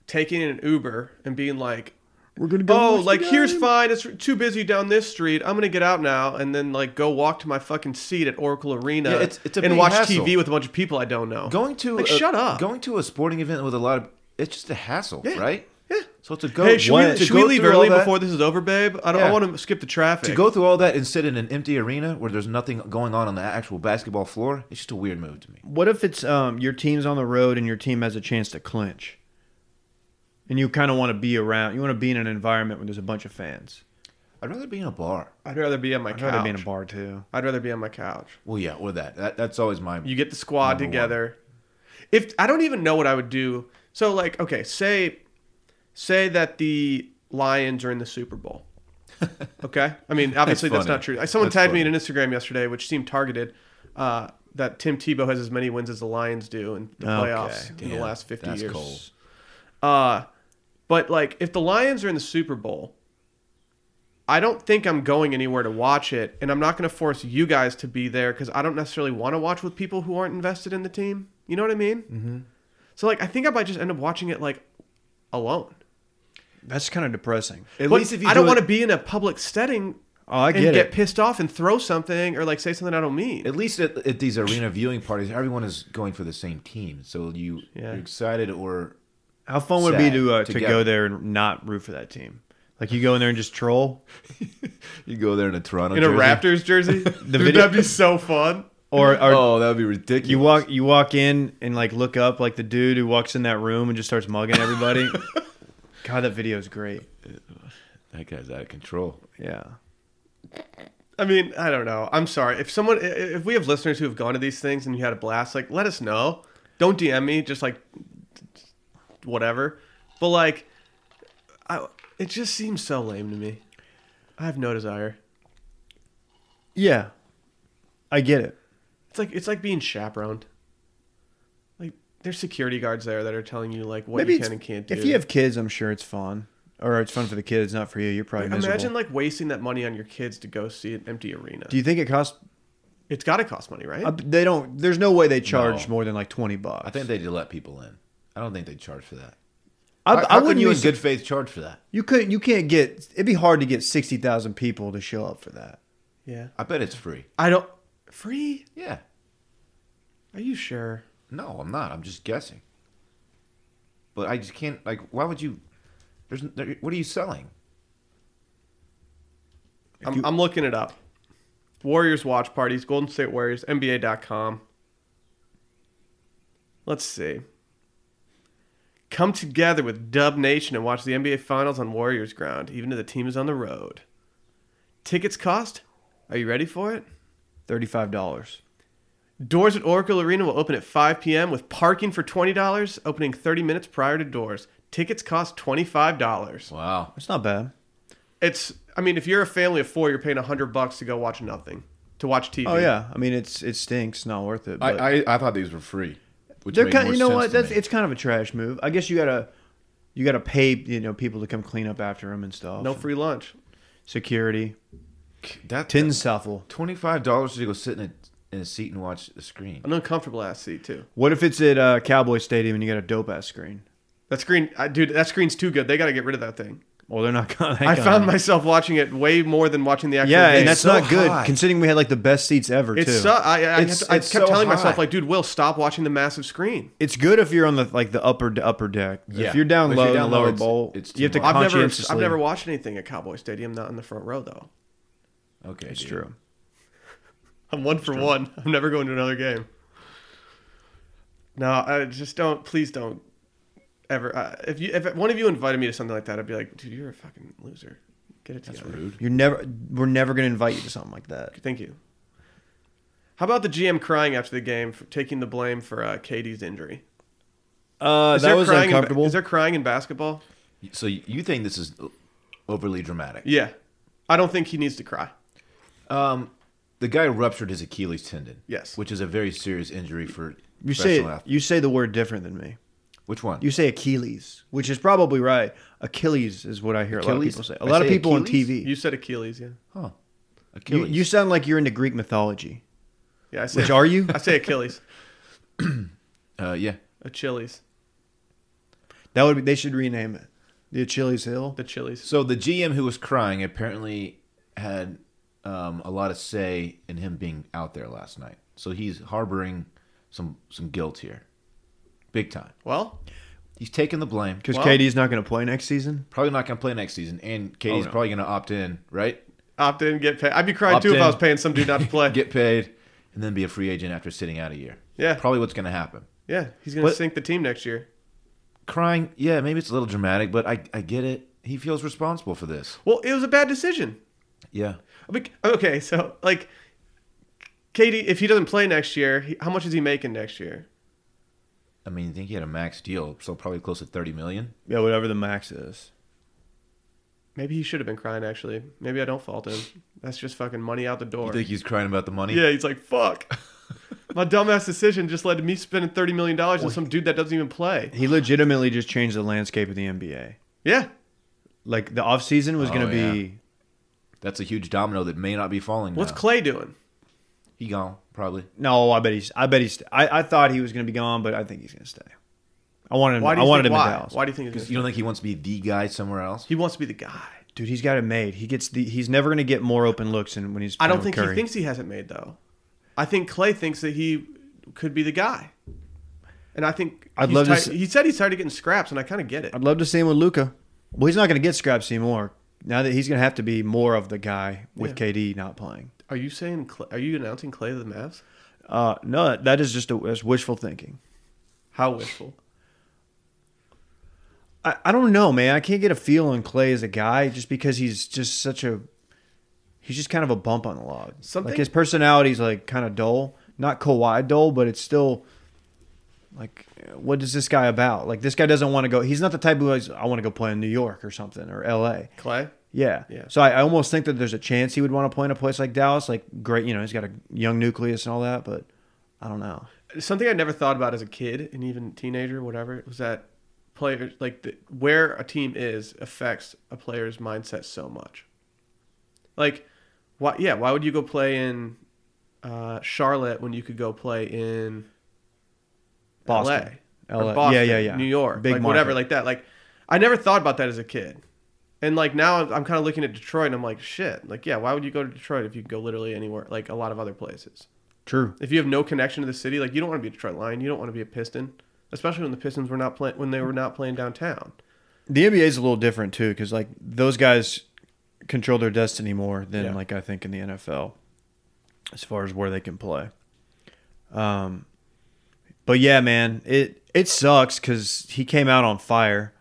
S1: taking an Uber and being like,
S2: we're gonna
S1: "Oh, like here's fine. It's too busy down this street. I'm gonna get out now and then like go walk to my fucking seat at Oracle Arena
S3: Yeah, it's- it's a
S1: and
S3: big
S1: watch
S3: hassle.
S1: TV with a bunch of people I don't know."
S3: Going to
S1: like,
S3: a-
S1: shut up.
S3: Going to a sporting event with a lot of it's just a hassle,
S1: Yeah,
S3: right?
S1: yeah.
S3: So to go
S1: hey, should
S3: what-
S1: we,
S3: to
S1: should we
S3: go
S1: leave
S3: through all
S1: early
S3: that-
S1: before this is over, babe? I don't.
S3: Yeah.
S1: I want to skip the traffic.
S3: to go through all that and sit in an empty arena where there's nothing going on on the actual basketball floor? It's just a weird move to me.
S2: What if it's um, your team's on the road and your team has a chance to clinch, and you kind of want to be around. You want to be in an environment where there's a bunch of fans.
S3: I'd rather be in a bar.
S1: I'd rather be on my
S2: I'd
S1: couch.
S2: rather be in a bar too.
S1: I'd rather be on my couch.
S3: Well, yeah, or that. that that's always my.
S1: You get the squad
S3: Number one.
S1: together. If I don't even know what I would do. So like, okay, say say that the Lions are in the Super Bowl. Okay? I mean, obviously that's,
S3: funny.
S1: not true. Someone
S3: That's
S1: tagged me in
S3: funny.
S1: an Instagram yesterday which seemed targeted uh, that Tim Tebow has as many wins as the Lions do in the
S2: Okay,
S1: playoffs in the
S3: damn,
S1: last 50
S3: that's
S1: years.
S3: cold.
S1: Uh but like if the Lions are in the Super Bowl, I don't think I'm going anywhere to watch it, and I'm not going to force you guys to be there because I don't necessarily want to watch with people who aren't invested in the team. You know what I mean? Mm-hmm. So like, I think I might just end up watching it like alone.
S2: That's kind of depressing.
S3: At
S1: but
S3: least if you
S1: I don't
S3: do
S1: want
S3: it-
S1: to be in a public setting
S2: Oh, I
S1: and
S2: get
S1: get
S2: it.
S1: pissed off and throw something or like say something I don't mean.
S3: At least at, at these arena viewing parties, everyone is going for the same team, so you
S1: Yeah.
S3: you're excited or
S2: How fun would it be
S3: Sad
S2: to uh, to
S3: together.
S2: go there and not root for that team? Like you go in there and just troll.
S3: you go there in a Toronto
S1: in a
S3: jersey.
S1: Raptors jersey, Dude,
S2: video-
S1: that'd be so fun.
S2: or, or
S3: Oh, that would be ridiculous.
S2: you walk you walk in and like look up like the dude who walks in that room and just starts mugging everybody. God, that video is great.
S3: That guy's out of control.
S2: Yeah.
S1: I mean, I don't know. I'm sorry. If someone, i- if we have listeners who have gone to these things and you had a blast, like, let us know. Don't DM me. Just like, whatever. But like, I, it just seems so lame to me. I have no desire.
S2: Yeah, I get it.
S1: It's like it's like being chaperoned. Like there's security guards there that are telling you like what you
S2: it's-
S1: can and can't do.
S2: If you have kids, I'm sure it's fun, or it's fun for the kids, not for you. You're probably
S1: Like,
S2: miserable.
S1: imagine like wasting that money on your kids to go see an empty arena.
S2: Do you think it costs?
S1: it's got to cost money, right?
S2: uh, They don't. There's no way they charge
S3: No.
S2: more than like twenty bucks.
S3: I think they did let people in. I don't think they charge for that.
S2: I,
S3: How-
S2: I
S3: how can
S2: wouldn't
S3: you in
S2: use
S3: good faith charge for that?
S2: You couldn't. You can't get. It'd be hard to get sixty thousand people to show up for that.
S1: yeah.
S3: I bet it's free.
S1: I don't free.
S3: Yeah.
S1: Are you sure?
S3: No, I'm not. I'm just guessing. But I just can't. Like, why would you? There's there, what are you selling?
S1: I'm, I'm looking it up. Warriors watch parties, Golden State Warriors, NBA.com. Let's see. Come together with Dub Nation and watch the NBA Finals on Warriors ground, even if the team is on the road. Tickets cost? Are you ready for it?
S2: Thirty-five dollars.
S1: Doors at Oracle Arena will open at 5 p.m. with parking for $20, opening 30 minutes prior to doors. Tickets cost $25.
S3: Wow.
S2: It's not bad.
S1: It's, I mean, if you're a family of four, you're paying 100 bucks to go watch nothing, to watch TV.
S2: Oh yeah. I mean, it's it stinks. Not worth it. But
S3: I, I I thought these were free. Which
S2: they're
S3: made
S2: kind.
S3: more
S2: You know
S3: sense
S2: what?
S3: to
S2: That's
S3: me.
S2: it's kind of a trash move. I guess you gotta. You gotta pay you know people to come clean up after them and stuff.
S1: No free lunch.
S2: security.
S3: that
S2: Tin
S3: tens
S2: Suffle.
S3: twenty five dollars to go sit in a, in a seat and watch the screen.
S1: an uncomfortable ass seat too.
S2: What if it's at uh, Cowboy Stadium and you got a dope ass screen?
S1: That screen, I, dude, that screen's too good. They got to get rid of that thing.
S2: Well, they're not gonna.
S1: I found myself watching it way more than watching the actual.
S2: Yeah,
S1: game.
S2: and that's
S3: so
S2: not good
S3: high.
S2: considering we had like the best seats ever
S1: it's.
S2: too.
S1: Su- I, I,
S3: It's-
S1: I, kept- I
S3: it's
S1: kept
S3: so
S1: telling myself
S3: high.
S1: like, dude, Will, stop watching the massive screen.
S2: It's good if you're on the like the upper upper deck. If you're down
S3: If
S2: low
S3: you're
S2: in
S3: down
S2: the
S3: low,
S2: lower
S3: it's-
S2: bowl,
S3: it's too
S2: you have to
S3: much.
S1: I've never,
S2: conscientiously.
S1: I've never watched anything at Cowboy Stadium, not in the front row though.
S3: Okay,
S2: It's
S3: dude.
S2: true.
S1: I'm one for one. I'm never going to another game. No, I just don't. Please don't ever. Uh, if you, if one of you invited me to something like that, I'd be like, dude, you're a fucking loser. Get it
S3: That's
S1: together.
S3: rude.
S2: You're never. We're never gonna invite you to something like that.
S1: Thank you. How about the GM crying after the game, for taking the blame for uh, KD's injury?
S2: Uh, that
S1: there
S2: was
S1: crying in ba-
S2: uncomfortable.
S1: is there crying in basketball?
S3: So you you think this is overly dramatic?
S1: Yeah, I don't think he needs to cry.
S3: Um, the guy ruptured his Achilles tendon.
S1: Yes.
S3: which is a very serious injury for
S2: you say
S3: professional athletes.
S2: you say the word different than me.
S3: Which one?
S2: You say Achilles, which is probably right. Achilles is what I hear a lot of
S3: Achilles?
S2: people say. A
S3: I
S2: lot of
S3: say
S2: people
S3: Achilles?
S2: on TV.
S1: You said Achilles, yeah,
S3: huh?
S2: You,
S3: Achilles.
S2: you sound like you're into Greek mythology.
S1: yeah. I say,
S2: Which are you?
S1: I say Achilles,
S3: uh, yeah.
S1: Achilles,
S2: That would be. They should rename it the Achilles Hill.
S1: the Chili's.
S3: So the GM who was crying apparently had um, a lot of say in him being out there last night. So he's harboring some some guilt here, big time.
S1: Well,
S3: He's taking the blame.
S2: Because
S1: Well-
S2: KD's not going to play next season.
S3: Probably not going to play next season, and
S2: Oh,
S3: Katie's
S2: no.
S3: probably going to opt in, right?
S1: opt in, get paid. I'd be crying
S3: Opt
S1: too if I
S3: in.
S1: was paying some dude not to play.
S3: Get paid, and then be a free agent after sitting out a year.
S1: Yeah.
S3: probably what's going to happen.
S1: yeah, he's gonna
S2: What-
S1: sink the team next year.
S3: Crying, yeah, maybe it's a little dramatic, but I I get it. He feels responsible for this.
S1: Well, it was a bad decision.
S3: Yeah,
S1: Bec- Okay, so like, Katie, if he doesn't play next year, he, how much is he making next year?
S3: I mean, I think he had a max deal, so probably close to thirty million.
S2: Yeah, whatever the max is.
S1: Maybe he should have been crying. Actually, maybe I don't fault him. That's just fucking money out the door.
S3: You think he's crying about the money?
S1: Yeah, he's like, fuck. My dumbass decision just led to me spending thirty million dollars on some dude that doesn't even play.
S2: He legitimately just changed the landscape of the NBA.
S1: Yeah,
S2: Like the offseason was going
S3: Oh,
S2: to be
S3: That's a huge domino that may not be falling.
S1: what's
S3: now.
S1: Clay doing?
S3: he gone? Probably.
S2: no. I bet he's. I bet he's. I, I thought he was going to be gone, but I think he's going to stay. I wanted him.
S1: Why do
S2: I
S1: you
S2: wanted
S1: think
S2: him
S1: why?
S2: in Dallas.
S1: Why do you think he's
S3: Because
S1: gonna
S3: you don't think he wants to be the guy somewhere else?
S1: He wants to be the guy.
S2: Dude, he's got it made. He gets the. He's never going to get more open looks than when he's.
S1: I don't
S2: playing with
S1: think he
S2: Curry.
S1: thinks he has it made though. I think Clay thinks that he could be the guy, and I think
S2: I'd
S1: he's
S2: love to
S1: tired-
S2: see-
S1: He said he's tired of getting scraps, and I kind of get it.
S2: I'd love to see him with Luca. Well, he's not going to get scraps anymore. Now that he's going to have to be more of the guy with KD not playing.
S1: Are you saying? Clay, are you announcing Clay to the Mavs?
S2: Uh, no, that is just a, that's wishful thinking.
S1: How wishful.
S2: I, I don't know, man. I can't get a feel on Clay as a guy just because he's just such a he's just kind of a bump on the log.
S1: Something-
S2: like his personality's like kind of dull, not Kawhi dull, but it's still like what is this guy about? Like this guy doesn't want to go. He's not the type who is, I want to go play in New York or something or L.A.
S1: Clay.
S2: Yeah.
S1: Yeah.
S2: So I, I almost think that there's a chance he would want to play in a place like Dallas. Like great, you know, he's got a young nucleus and all that, but I don't know.
S1: Something I never thought about as a kid and even teenager, whatever, was that players like the, where a team is affects a player's mindset so much. Like, why? Yeah, why would you go play in uh, Charlotte when you could go play in
S2: Boston.
S1: LA, or
S2: LA.
S1: Boston,
S2: Yeah, yeah, yeah.
S1: New York,
S2: Big
S1: like whatever,
S2: market.
S1: like that. Like, I never thought about that as a kid, and like now I'm, I'm kind of looking at Detroit and I'm like, shit, like yeah, why would you go to Detroit if you could go literally anywhere, like a lot of other places?
S2: True.
S1: If you have no connection to the city, like you don't want to be a Detroit Lion, you don't want to be a Piston, especially when the Pistons were not playing when they were not playing downtown.
S2: The NBA is a little different too, because like those guys control their destiny more than
S1: Yeah.
S2: like I think in the NFL, as far as where they can play. Um, but yeah, man, it it sucks because he came out on fire,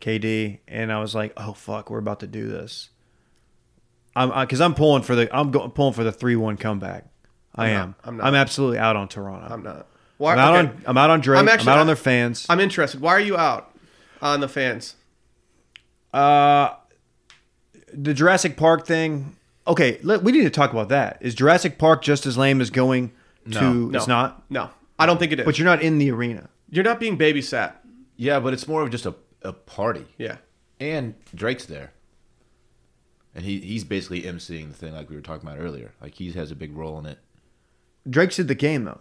S2: KD, and I was like, oh fuck, we're about to do this. I'm because I'm pulling for the I'm go, pulling for the three one comeback. I
S1: I'm not-
S2: am.
S1: I'm
S2: I'm,
S1: not.
S2: absolutely out on Toronto.
S1: I'm not.
S2: I'm out on I'm out on Drake.
S1: I'm
S2: I'm,
S1: actually-
S2: out on their fans.
S1: I'm interested. Why are you out on the fans?
S2: Uh, the Jurassic Park thing. Okay, let, we need to talk about that. Is Jurassic Park just as lame as going to?
S3: No.
S1: No.
S2: It's not.
S1: No, I don't think it is.
S2: But you're not in the arena.
S1: you're not being babysat.
S3: Yeah, but it's more of just a, a party.
S1: Yeah.
S3: And Drake's there. And he, he's basically emceeing the thing like we were talking about earlier. Like he has a big role in it.
S2: Drake's at the game though.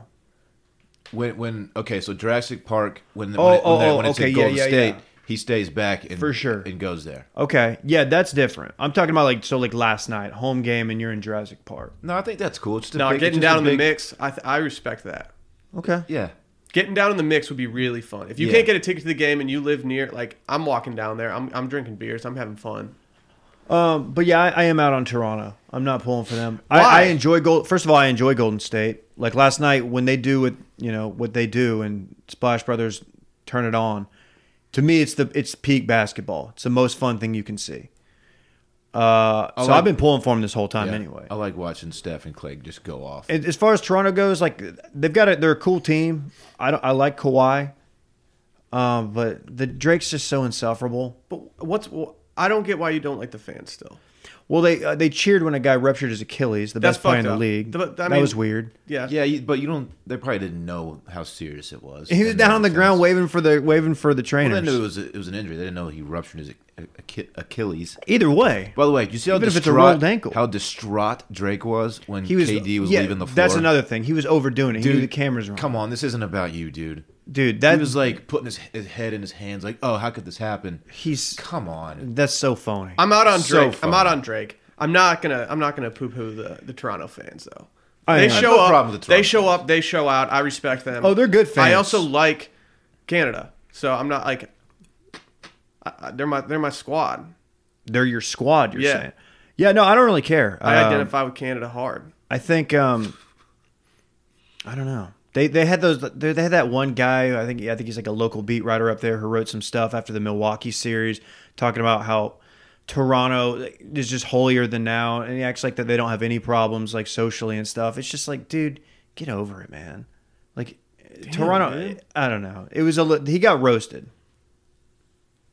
S3: When when okay, so Jurassic Park when
S2: Oh,
S3: when, it, when,
S2: oh,
S3: they're-
S2: oh,
S3: when it's
S2: okay,
S3: in
S2: yeah,
S3: Golden
S2: yeah,
S3: State,
S2: yeah.
S3: he stays back and
S2: For sure.
S3: and goes there.
S2: Okay, yeah, that's different. I'm talking about like so like last night, home game, and you're in Jurassic Park.
S3: No, I think that's cool. It's just a
S1: No,
S3: big-
S1: getting
S3: it's just
S1: down
S3: a
S1: in the
S3: big-
S1: mix, I, th- I respect that.
S2: Okay,
S3: Yeah,
S1: Getting down in the mix would be really fun. If you
S3: Yeah.
S1: can't get a ticket to the game and you live near, like I'm walking down there, I'm, I'm drinking beers, I'm having fun.
S2: um, but yeah, I, I am out on Toronto. I'm not pulling for them.
S1: Why?
S2: I, I enjoy gold. First of all, I enjoy Golden State. Like last night when they do what you know what they do and Splash Brothers turn it on. To me, it's the it's peak basketball. It's the most fun thing you can see. Uh, so
S3: like-
S2: I've been pulling for him this whole time
S3: yeah.
S2: anyway.
S3: I like watching Steph and Clay just go off.
S2: And as far as Toronto goes, like they've got a, they're a cool team. I don't, I like Kawhi, um, but the Drake's just so insufferable.
S1: But what's wh- I don't get why you don't like the fans still.
S2: Well, they uh, they cheered when a guy ruptured his Achilles, the
S1: That's
S2: best player
S1: fucked
S2: in the
S1: up.
S2: league.
S1: The- I
S2: that
S1: mean-
S2: was weird.
S1: Yeah,
S3: yeah, you, but you don't. They probably didn't know how serious it was.
S2: He was
S3: And
S2: down on the
S3: everything.
S2: ground waving for the waving for the
S3: Well,
S2: trainers.
S3: they knew it was a, it was an injury. They didn't know he ruptured his Ach- Ach- Achilles.
S2: Either way,
S3: By the way, you see how
S2: Even if it's a
S3: distraught
S2: rolled ankle.
S3: how distraught Drake was when
S2: he was
S3: KD was
S2: yeah,
S3: leaving the floor.
S2: That's another thing. He was overdoing it. he
S3: Dude,
S2: knew the cameras were on.
S3: Come on, this isn't about you, dude.
S2: dude.
S3: He
S2: That
S3: was like putting his, his head in his hands, like, "Oh, how could this happen?"
S2: he's
S3: Come on,
S2: that's so phony.
S1: I'm out on
S3: So
S1: Drake. I'm
S3: fun.
S1: out on Drake. I'm not gonna. I'm not gonna poo-poo the, the Toronto fans though.
S2: I
S1: they
S2: am.
S1: show
S3: No
S1: up.
S3: problem with the
S1: they
S3: Toronto
S1: show up. They show out. I respect them.
S2: Oh, they're good
S1: I
S2: fans.
S1: also like Canada, so I'm not like. I, I- they're my they're my squad.
S2: They're your squad. You're
S1: Yeah.
S2: saying. Yeah, no, I don't really care.
S1: I
S2: Um,
S1: identify with Canada hard.
S2: I think um, I don't know. They they had those. They, they had that one guy. I think I think he's like a local beat writer up there who wrote some stuff after the Milwaukee series, talking about how Toronto is just holier than now, and he acts like that they don't have any problems like socially and stuff. It's just like, dude, get over it, man. Like Toronto,
S1: dude.
S2: I don't know. It was a li- he got roasted.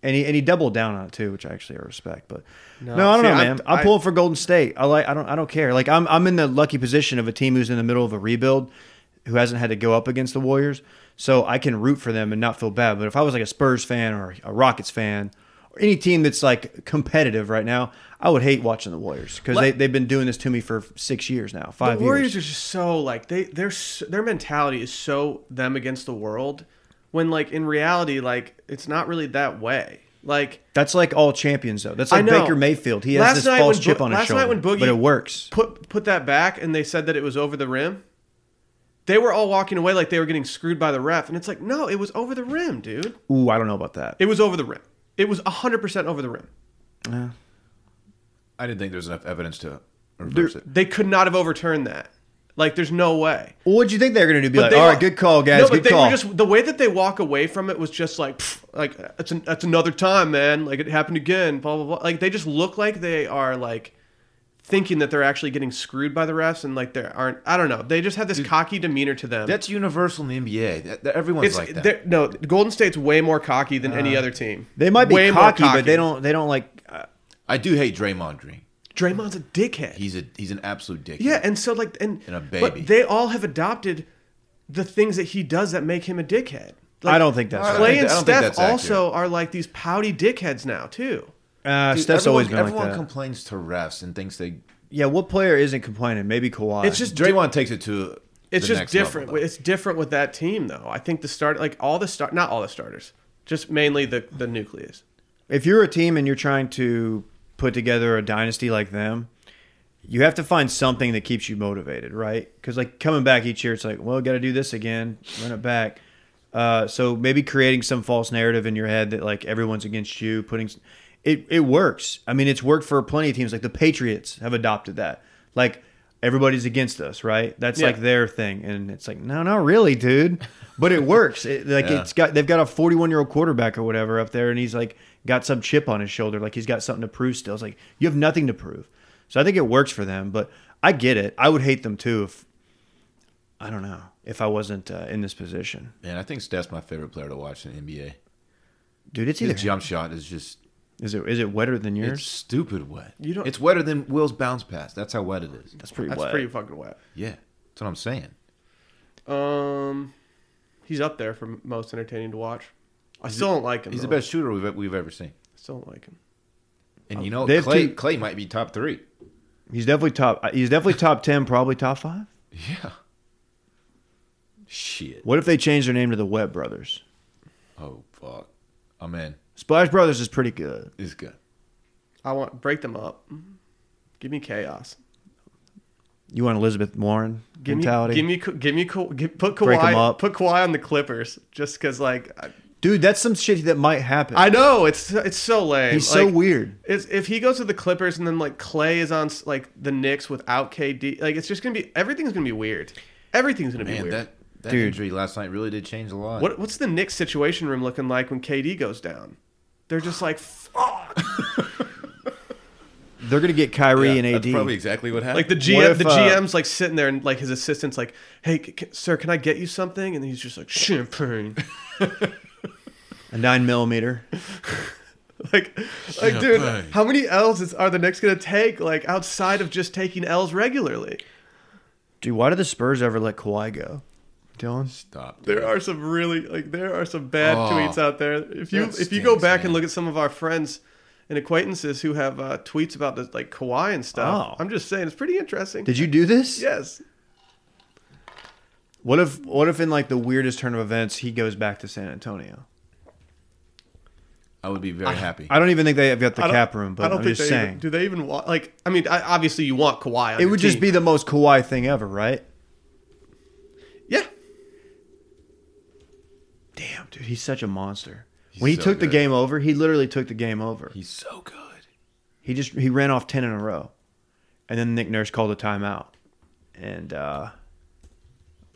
S2: And he, and he doubled down on it too, which I actually respect. But no, I don't
S1: see,
S2: know,
S1: I-
S2: man. I'm
S1: I-
S2: pulling for Golden State. I like. I don't. I don't care. Like I'm. I'm in the lucky position of a team who's in the middle of a rebuild, who hasn't had to go up against the Warriors, so I can root for them and not feel bad. But if I was like a Spurs fan or a Rockets fan or any team that's like competitive right now, I would hate watching the Warriors because they they've been doing this to me for six years now,
S1: The
S2: five
S1: Warriors
S2: years.
S1: are just so like they they're s- their mentality is so them against the world, when like in reality like it's not really that way. Like
S2: That's like all champions though. That's
S1: I
S2: like
S1: know.
S2: Baker Mayfield. He has
S1: Last
S2: this
S1: night
S2: false
S1: when
S2: chip
S1: Bo-
S2: on his
S1: last
S2: shoulder,
S1: night when Boogie-
S2: but it works.
S1: put put that back and they said that it was over the rim they were all walking away like they were getting screwed by the ref and it's like no it was over the rim dude
S2: Ooh, I don't know about that.
S1: it was over the rim it was 100% over the rim
S3: I didn't think there was enough evidence to reverse it.
S1: they could not have overturned that like there's no way
S2: Well, what'd you think they were going to do? Be like,
S1: they
S2: all
S1: wa-
S2: right, good call, guys.
S1: No, but
S2: good
S1: they
S2: call.
S1: were just the way that they walk away from it was just like, pfft, like that's an, that's another time, man. Like it happened again. Blah blah blah. Like they just look like they are like thinking that they're actually getting screwed by the refs and like they aren't. I don't know. They just have this cocky demeanor to them.
S3: That's universal in the NBA. That, that- everyone's
S1: it's
S3: like that.
S1: they're- no Golden State's way more cocky than any other team.
S2: They might be
S1: Way more
S2: cocky, but they don't. They don't like. Uh,
S3: I do hate Draymond Green.
S1: Draymond's a dickhead.
S3: He's a he's an absolute dick.
S1: yeah, and so like and,
S3: And a baby.
S1: But they all have adopted the things that he does that make him a dickhead. Like,
S2: I don't think that's.
S3: I don't
S2: right.
S1: Clay and
S3: I don't think
S1: Steph
S3: that's accurate.
S1: also are like these pouty dickheads now too.
S2: Uh,
S3: Dude,
S2: Steph's
S3: everyone,
S2: always been
S3: everyone
S2: like that.
S3: complains to refs and thinks they.
S2: yeah, what player isn't complaining? Maybe Kawhi.
S1: It's just
S3: Uh, Draymond takes it to.
S1: It's
S3: the
S1: just
S3: next level,
S1: different.
S3: though.
S1: it's different with that team though. I think the start like all the start not all the starters, just mainly the the nucleus.
S2: if you're a team and you're trying to put together a dynasty like them, you have to find something that keeps you motivated, right? Because like coming back each year, it's like, well, got to do this again, run it back. Uh, so maybe creating some false narrative in your head that like everyone's against you, putting it it works. I mean, it's worked for plenty of teams. Like the Patriots have adopted that. Like everybody's against us, right? That's
S1: Yeah.
S2: like their thing, and it's like, no, not really, dude. But it works. It, like
S3: Yeah.
S2: it's got they've got a 41 year old quarterback or whatever up there, and he's like got some chip on his shoulder, like he's got something to prove still. It's like you have nothing to prove. So I think it works for them, but I get it. I would hate them too if I don't know if I wasn't uh, in this position,
S3: Man, I think Steph's my favorite player to watch in the NBA.
S2: dude. It's
S3: His
S2: either
S3: jump shot is just
S2: is it is it wetter than
S3: it's
S2: yours?
S3: stupid wet.
S1: You don't-
S3: It's wetter than Will's bounce pass. That's how wet it is.
S2: That's pretty
S1: That's
S2: wet.
S1: pretty fucking wet.
S3: Yeah, that's what I'm saying.
S1: Um, he's up there for most entertaining to watch. I still don't like him.
S3: He's the
S1: though.
S3: best shooter we've e, we've ever seen.
S1: I still don't like him.
S3: And you know,
S2: They have
S3: Clay
S2: two-
S3: Clay might be top three.
S2: He's definitely top. uh, He's definitely top ten, probably top five.
S3: Yeah. Shit.
S2: What if they change their name to the Wet Brothers?
S3: Oh fuck. I'm in.
S2: Splash Brothers is pretty good.
S3: It's good.
S1: I want break them up. Give me chaos.
S2: You want Elizabeth Warren
S1: Give
S2: mentality,
S1: me, give me, give me, Ka- give, put
S2: Break 'em
S1: Kawhi,
S2: up.
S1: put Kawhi on the Clippers, just because like I,
S2: dude. That's some shit that might happen.
S1: I know it's it's so lame.
S2: He's so
S1: Like,
S2: weird.
S1: It's, if he goes to the Clippers and then like Clay is on s- like the Knicks without KD, like it's just gonna be everything's gonna be weird. Everything's gonna be
S3: Man,
S1: weird.
S3: that that
S2: Dude.
S3: injury last night really did change a lot.
S1: What what's the Knicks situation room looking like when KD goes down? They're just like fuck.
S2: They're gonna get Kyrie
S3: Yeah,
S2: and AD.
S3: That's probably exactly what happened.
S1: Like the
S2: What
S1: GM,
S2: if,
S1: the
S2: uh,
S1: GM's like sitting there, and like his assistant's like, "Hey, c- c- sir, can I get you something?" And he's just like, "Champagne."
S2: a nine millimeter.
S1: like, like, dude,
S3: Champagne.
S1: how many L's is, are the Knicks gonna take? Like outside of just taking L's regularly,
S2: Dude, why did the Spurs ever let Kawhi go? Dylan,
S3: Stop. dude.
S1: there are some really like there are some bad
S3: Oh,
S1: tweets out there. If you
S3: that
S1: if you go
S3: stinks,
S1: back
S3: man.
S1: and look at some of our friends and acquaintances who have uh, tweets about the like Kawhi and stuff,
S2: Oh.
S1: I'm just saying it's pretty interesting.
S2: did you do this?
S1: Yes.
S2: What if what if in like the weirdest turn of events he goes back to San Antonio?
S3: I would be very happy.
S2: I don't even think they have got the
S1: I don't-
S2: cap room, but I'm just
S1: they
S2: saying
S1: Even, do they even want? Like, I mean, I, obviously you want Kawhi. On
S2: it
S1: your
S2: would just
S1: team.
S2: be the most Kawhi thing ever, right?
S1: yeah.
S2: Damn, dude, he's such a monster. when he
S3: so
S2: took the
S3: good.
S2: game over, he literally took the game over.
S3: He's so good.
S2: He just he ran off ten in a row, and then Nick Nurse called a timeout, and uh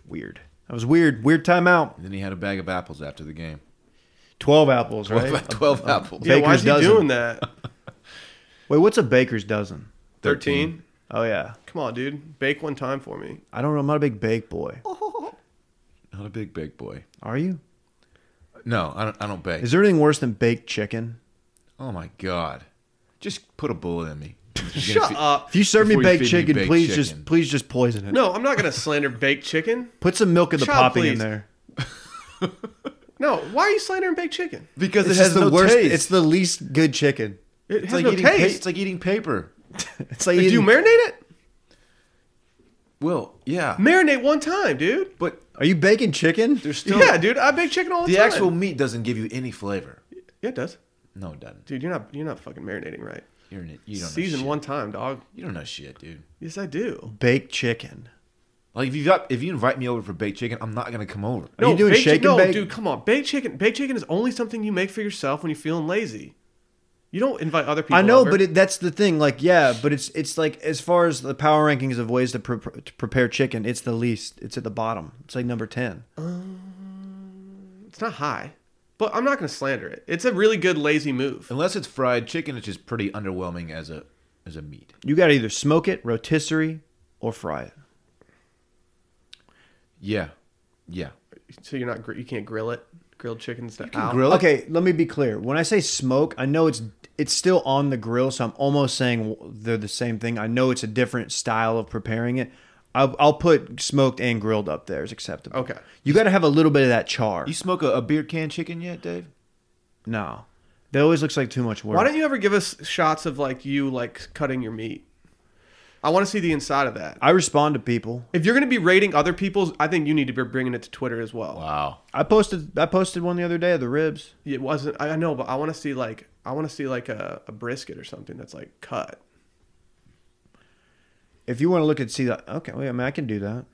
S2: weird. That was weird. Weird timeout.
S3: And then he had a bag of apples after the game.
S2: Twelve apples, right?
S3: Twelve apples.
S1: Yeah, why
S2: Baker's
S1: is he
S2: dozen.
S1: doing that?
S2: Wait, what's a baker's dozen?
S1: 13?
S2: Oh yeah,
S1: Come on, dude. Bake one time for me.
S2: I don't know. I'm not a big bake boy.
S3: Not a big big boy.
S2: Are you?
S3: No, I don't. I don't bake.
S2: Is there anything worse than baked chicken?
S3: oh my god! Just put a bullet in me.
S1: Shut up.
S2: If you serve
S3: Before
S2: me
S3: you
S2: baked
S3: feed me
S2: chicken,
S3: baked
S2: please just
S3: chicken.
S2: please just poison it.
S1: No, I'm not going to slander baked chicken.
S2: Put some milk in the
S1: Shut up,
S2: popping in
S1: please.
S2: there.
S1: No, why are you slandering baked chicken?
S3: Because
S2: It's just the worst. It's the least good chicken.
S1: It
S3: It's
S1: has
S3: like
S1: no
S3: eating. pa-
S1: taste.
S3: it's like eating paper.
S2: It's like
S1: Do you
S2: eating-
S1: marinate it?
S3: Well, yeah,
S1: Marinate one time, dude.
S3: but
S2: Are you baking chicken?
S3: there's still
S1: yeah, dude. I bake chicken all the,
S3: the
S1: time.
S3: actual meat doesn't give you any flavor.
S1: Yeah, it does.
S3: No, it doesn't.
S1: Dude, you're not you're not fucking marinating right.
S3: You're in it. You don't know
S1: Season
S3: shit.
S1: one time, dog.
S3: You don't know shit, dude.
S1: Yes, I do.
S2: Baked chicken.
S3: Like if you got, if you invite me over for baked chicken, I'm not gonna come over.
S2: Are you doing
S1: baked chi-
S2: shake and
S1: no,
S2: bake?
S1: dude, come on. Baked chicken. Baked chicken is only something you make for yourself when you're feeling lazy. You don't invite other people.
S2: I know,
S1: over.
S2: but it, that's the thing. Like, yeah, but it's it's like as far as the power rankings of ways to, pre- to prepare chicken, it's the least. It's at the bottom. It's like number ten.
S1: It's not high, but I'm not going to slander it. It's a really good lazy move.
S3: Unless it's fried chicken, which is pretty underwhelming as a as a meat.
S2: You got to either smoke it, rotisserie, or fry it.
S3: Yeah, yeah.
S1: So you're not gr- you can't grill it. Grilled chicken's not out.
S3: grill it.
S2: Okay, let me be clear. When I say smoke, I know it's it's still on the grill, so I'm almost saying they're the same thing. I know it's a different style of preparing it. I'll, I'll put smoked and grilled up there is acceptable.
S1: Okay.
S2: You got to have a little bit of that char.
S3: You smoke a, a beer can chicken yet, Dave?
S2: No, that always looks like too much work.
S1: Why don't you ever give us shots of like you like cutting your meat? I want to see the inside of that.
S2: I respond to people.
S1: If you're going to be rating other people's, I think you need to be bringing it to Twitter as well.
S3: Wow.
S2: I posted I posted one the other day of the ribs.
S1: It wasn't. I I know, but I want to see like I want to see like a, a brisket or something that's like cut.
S2: If you want to look and see that, okay, well, I mean, I can do that.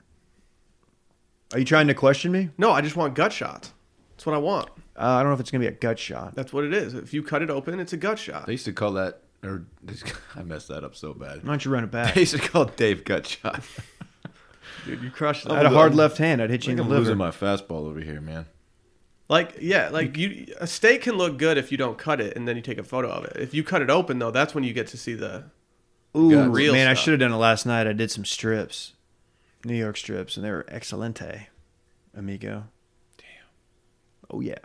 S2: Are you trying to question me?
S1: No, I just want gut shots. That's what I want.
S2: Uh, I don't know if it's gonna be a gut shot.
S1: That's what it is. If you cut it open, it's a gut shot.
S3: They used to call that, or I messed that up so bad.
S2: Why don't you run it back?
S3: They used to call Dave Gutshot.
S1: Dude, you crushed
S2: I had a
S1: that.
S2: hard left hand. I'd hit you
S3: I'm
S2: in the liver.
S3: losing my fastball over here, man.
S1: Like yeah, like you a steak can look good if you don't cut it and then you take a photo of it. If you cut it open though, that's when you get to see the
S2: Ooh,
S3: Guts.
S1: Real
S2: man, I
S1: stuff.
S2: should have done it last night. I did some strips, New York strips, and they were excelente, amigo. Damn. Oh yeah.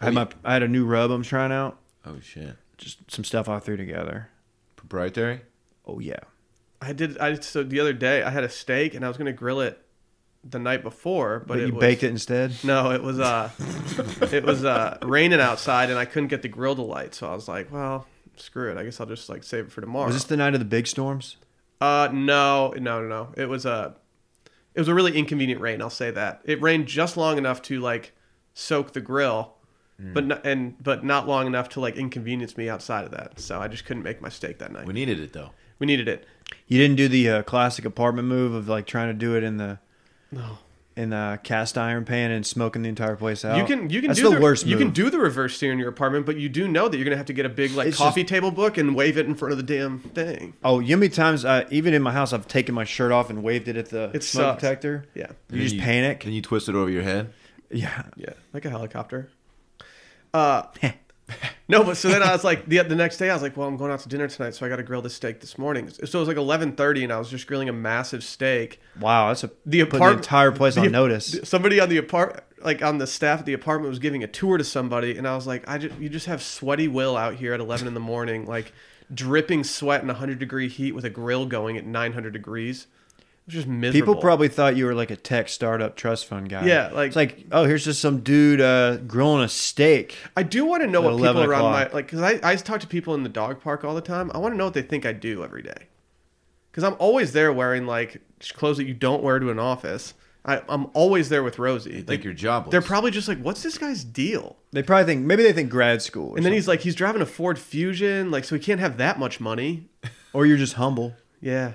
S2: I had my I had a new rub I'm trying out.
S3: Oh shit.
S2: Just some stuff I threw together.
S3: Proprietary?
S2: Oh yeah.
S1: I did. I so the other day I had a steak and I was gonna grill it the night before, but,
S2: But,
S1: it
S2: you
S1: was,
S2: baked it instead.
S1: No, it was uh, it was uh raining outside and I couldn't get the grill to light, so I was like, well, screw it. I guess I'll just like save it for tomorrow.
S2: Was this the night of the big storms?
S1: Uh, no, no, no, no. It was a, it was a really inconvenient rain. I'll say that it rained just long enough to like soak the grill,
S2: Hmm.
S1: but not, and but not long enough to like inconvenience me outside of that. So I just couldn't make my steak that night.
S3: We needed it though.
S1: We needed it.
S2: You didn't do the uh, classic apartment move of like trying to do it in the
S1: No.
S2: in the cast iron pan and smoking the entire place out.
S1: You can you can
S2: That's
S1: do
S2: the, worst.
S1: You can
S2: move.
S1: do the reverse steer in your apartment, but you do know that you're gonna have to get a big like
S2: It's
S1: coffee table book and wave it in front of the damn thing.
S2: Oh, you know how many times I, even in my house I've taken my shirt off and waved it at the
S1: It
S2: smoke
S1: sucks.
S2: detector.
S1: Yeah,
S2: You just panic.
S3: Can you twist it over your head?
S2: Yeah.
S1: yeah, like a helicopter. Uh, no, but so then I was like the the next day I was like, well, I'm going out to dinner tonight, so I got to grill this steak this morning. So it was like 11:30, and I was just grilling a massive steak.
S2: Wow, that's a
S1: The
S2: putting the
S1: apartment-
S2: entire place
S1: the-
S2: on notice.
S1: Somebody on the apart like on the staff at the apartment was giving a tour to somebody, and I was like, I just you just have sweaty Will out here at 11 in the morning, like dripping sweat in 100 degree heat with a grill going at 900 degrees. It was just miserable.
S2: People probably thought you were like a tech startup trust fund guy.
S1: Yeah, like-
S2: it's like oh, here's just some dude uh, grilling a steak.
S1: I do want to know
S2: At
S1: what people
S2: 11
S1: around
S2: o'clock.
S1: my like because I I talk to people in the dog park all the time. I want to know what they think I do every day because I'm always there wearing like clothes that you don't wear to an office. I, I'm always there with Rosie.
S3: You
S1: like
S3: think you're jobless?
S1: they're probably just like, what's this guy's deal?
S2: They probably think maybe they think grad school. Or
S1: And then he's like, he's driving a Ford Fusion, like so he can't have that much money.
S2: or you're just humble.
S1: Yeah,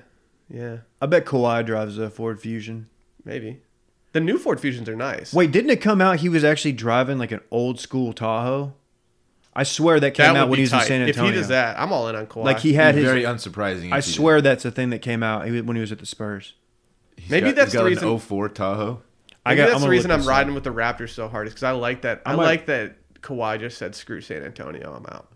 S1: yeah,
S2: I bet Kawhi drives a Ford Fusion.
S1: maybe. The new Ford Fusions are nice.
S2: Wait, didn't it come out he was actually driving like an old school Tahoe? I swear that came
S1: that
S2: out
S1: would
S2: when
S1: be
S2: he was
S1: tight.
S2: in San Antonio.
S1: If he does that, I'm all in on Kawhi.
S2: like he
S3: It'd
S2: had
S3: be
S2: his.
S3: very unsurprising.
S2: I
S3: if you did.
S2: swear that's the thing that came out he- when he was at the Spurs.
S3: He's
S1: Maybe
S3: got-
S1: that's
S3: he's
S1: the
S3: got
S1: reason-
S3: An 04 Tahoe.
S2: I
S1: Maybe
S2: got,
S1: that's the
S2: gonna
S1: reason
S2: look
S1: I'm
S2: this
S1: riding
S2: up.
S1: with the Raptors so hard is because I like that. I,
S2: might-
S1: like that Kawhi just said screw San Antonio. I'm out.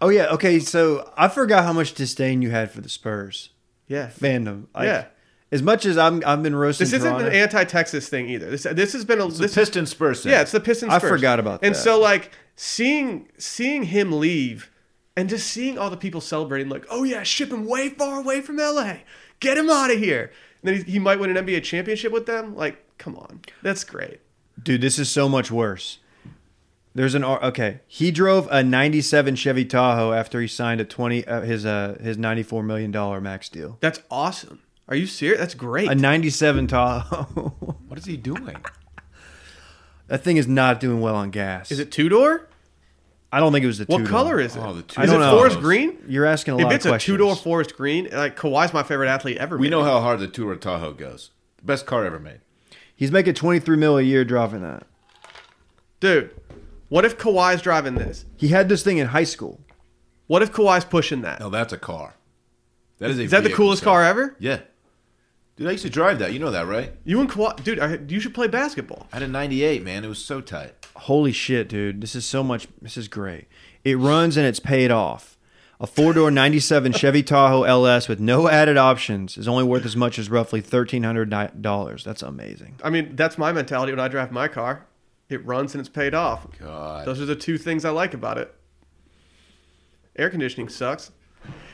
S2: Oh yeah, okay. So I forgot how much disdain you had for the Spurs
S1: Yeah,
S2: fandom. Like,
S1: Yeah.
S2: As much as I'm, I've been roasting.
S1: this isn't
S2: Toronto-
S1: an anti-Texas thing either. This this has been a
S3: The
S1: this,
S3: Piston Spurs.
S1: yeah, it's the Pistons.
S2: I
S1: first.
S2: forgot about
S1: And
S2: that.
S1: so like seeing seeing him leave and just seeing all the people celebrating, like, oh yeah, ship him way far away from LA, get him out of here. And then he, he might win an NBA championship with them. Like, come on, that's great.
S2: Dude, this is so much worse. There's an R. Okay, he drove a '97 Chevy Tahoe after he signed a 20 uh, his uh his 94 million dollar max deal.
S1: That's awesome. Are you serious? That's great.
S2: A '97 Tahoe.
S3: What is he doing?
S2: that thing is not doing well on gas.
S1: Is it two door?
S2: I don't think it was the.
S1: What
S2: two-door.
S1: color is it?
S3: Oh, the
S1: is
S2: two-door.
S1: it forest
S3: Those.
S1: green?
S2: You're asking a
S1: If
S2: lot
S1: it's
S2: of
S1: a
S2: questions.
S1: two door forest green, like Kawhi's my favorite athlete ever.
S3: We
S1: maybe.
S3: know how hard the Tour Tahoe goes. The best car ever made.
S2: He's making 23 mil a year driving that.
S1: dude. What if Kawhi's driving this?
S2: He had this thing in high school.
S1: What if Kawhi's pushing that?
S3: No, that's a car. That is a.
S1: Is that the
S3: vehicle,
S1: coolest
S3: sir.
S1: car ever?
S3: Yeah. Dude, I used to drive that. You know that, right?
S1: You and Kawhi, dude, I, you should play basketball.
S3: I had a 98, man. It was so tight.
S2: Holy shit, dude! This is so much. This is great. It runs and it's paid off. A four door 97 Chevy Tahoe LS with no added options is only worth as much as roughly $1,300. That's amazing.
S1: I mean, that's my mentality when I drive my car. It runs and it's paid off.
S3: God.
S1: Those are the two things I like about it. Air conditioning sucks.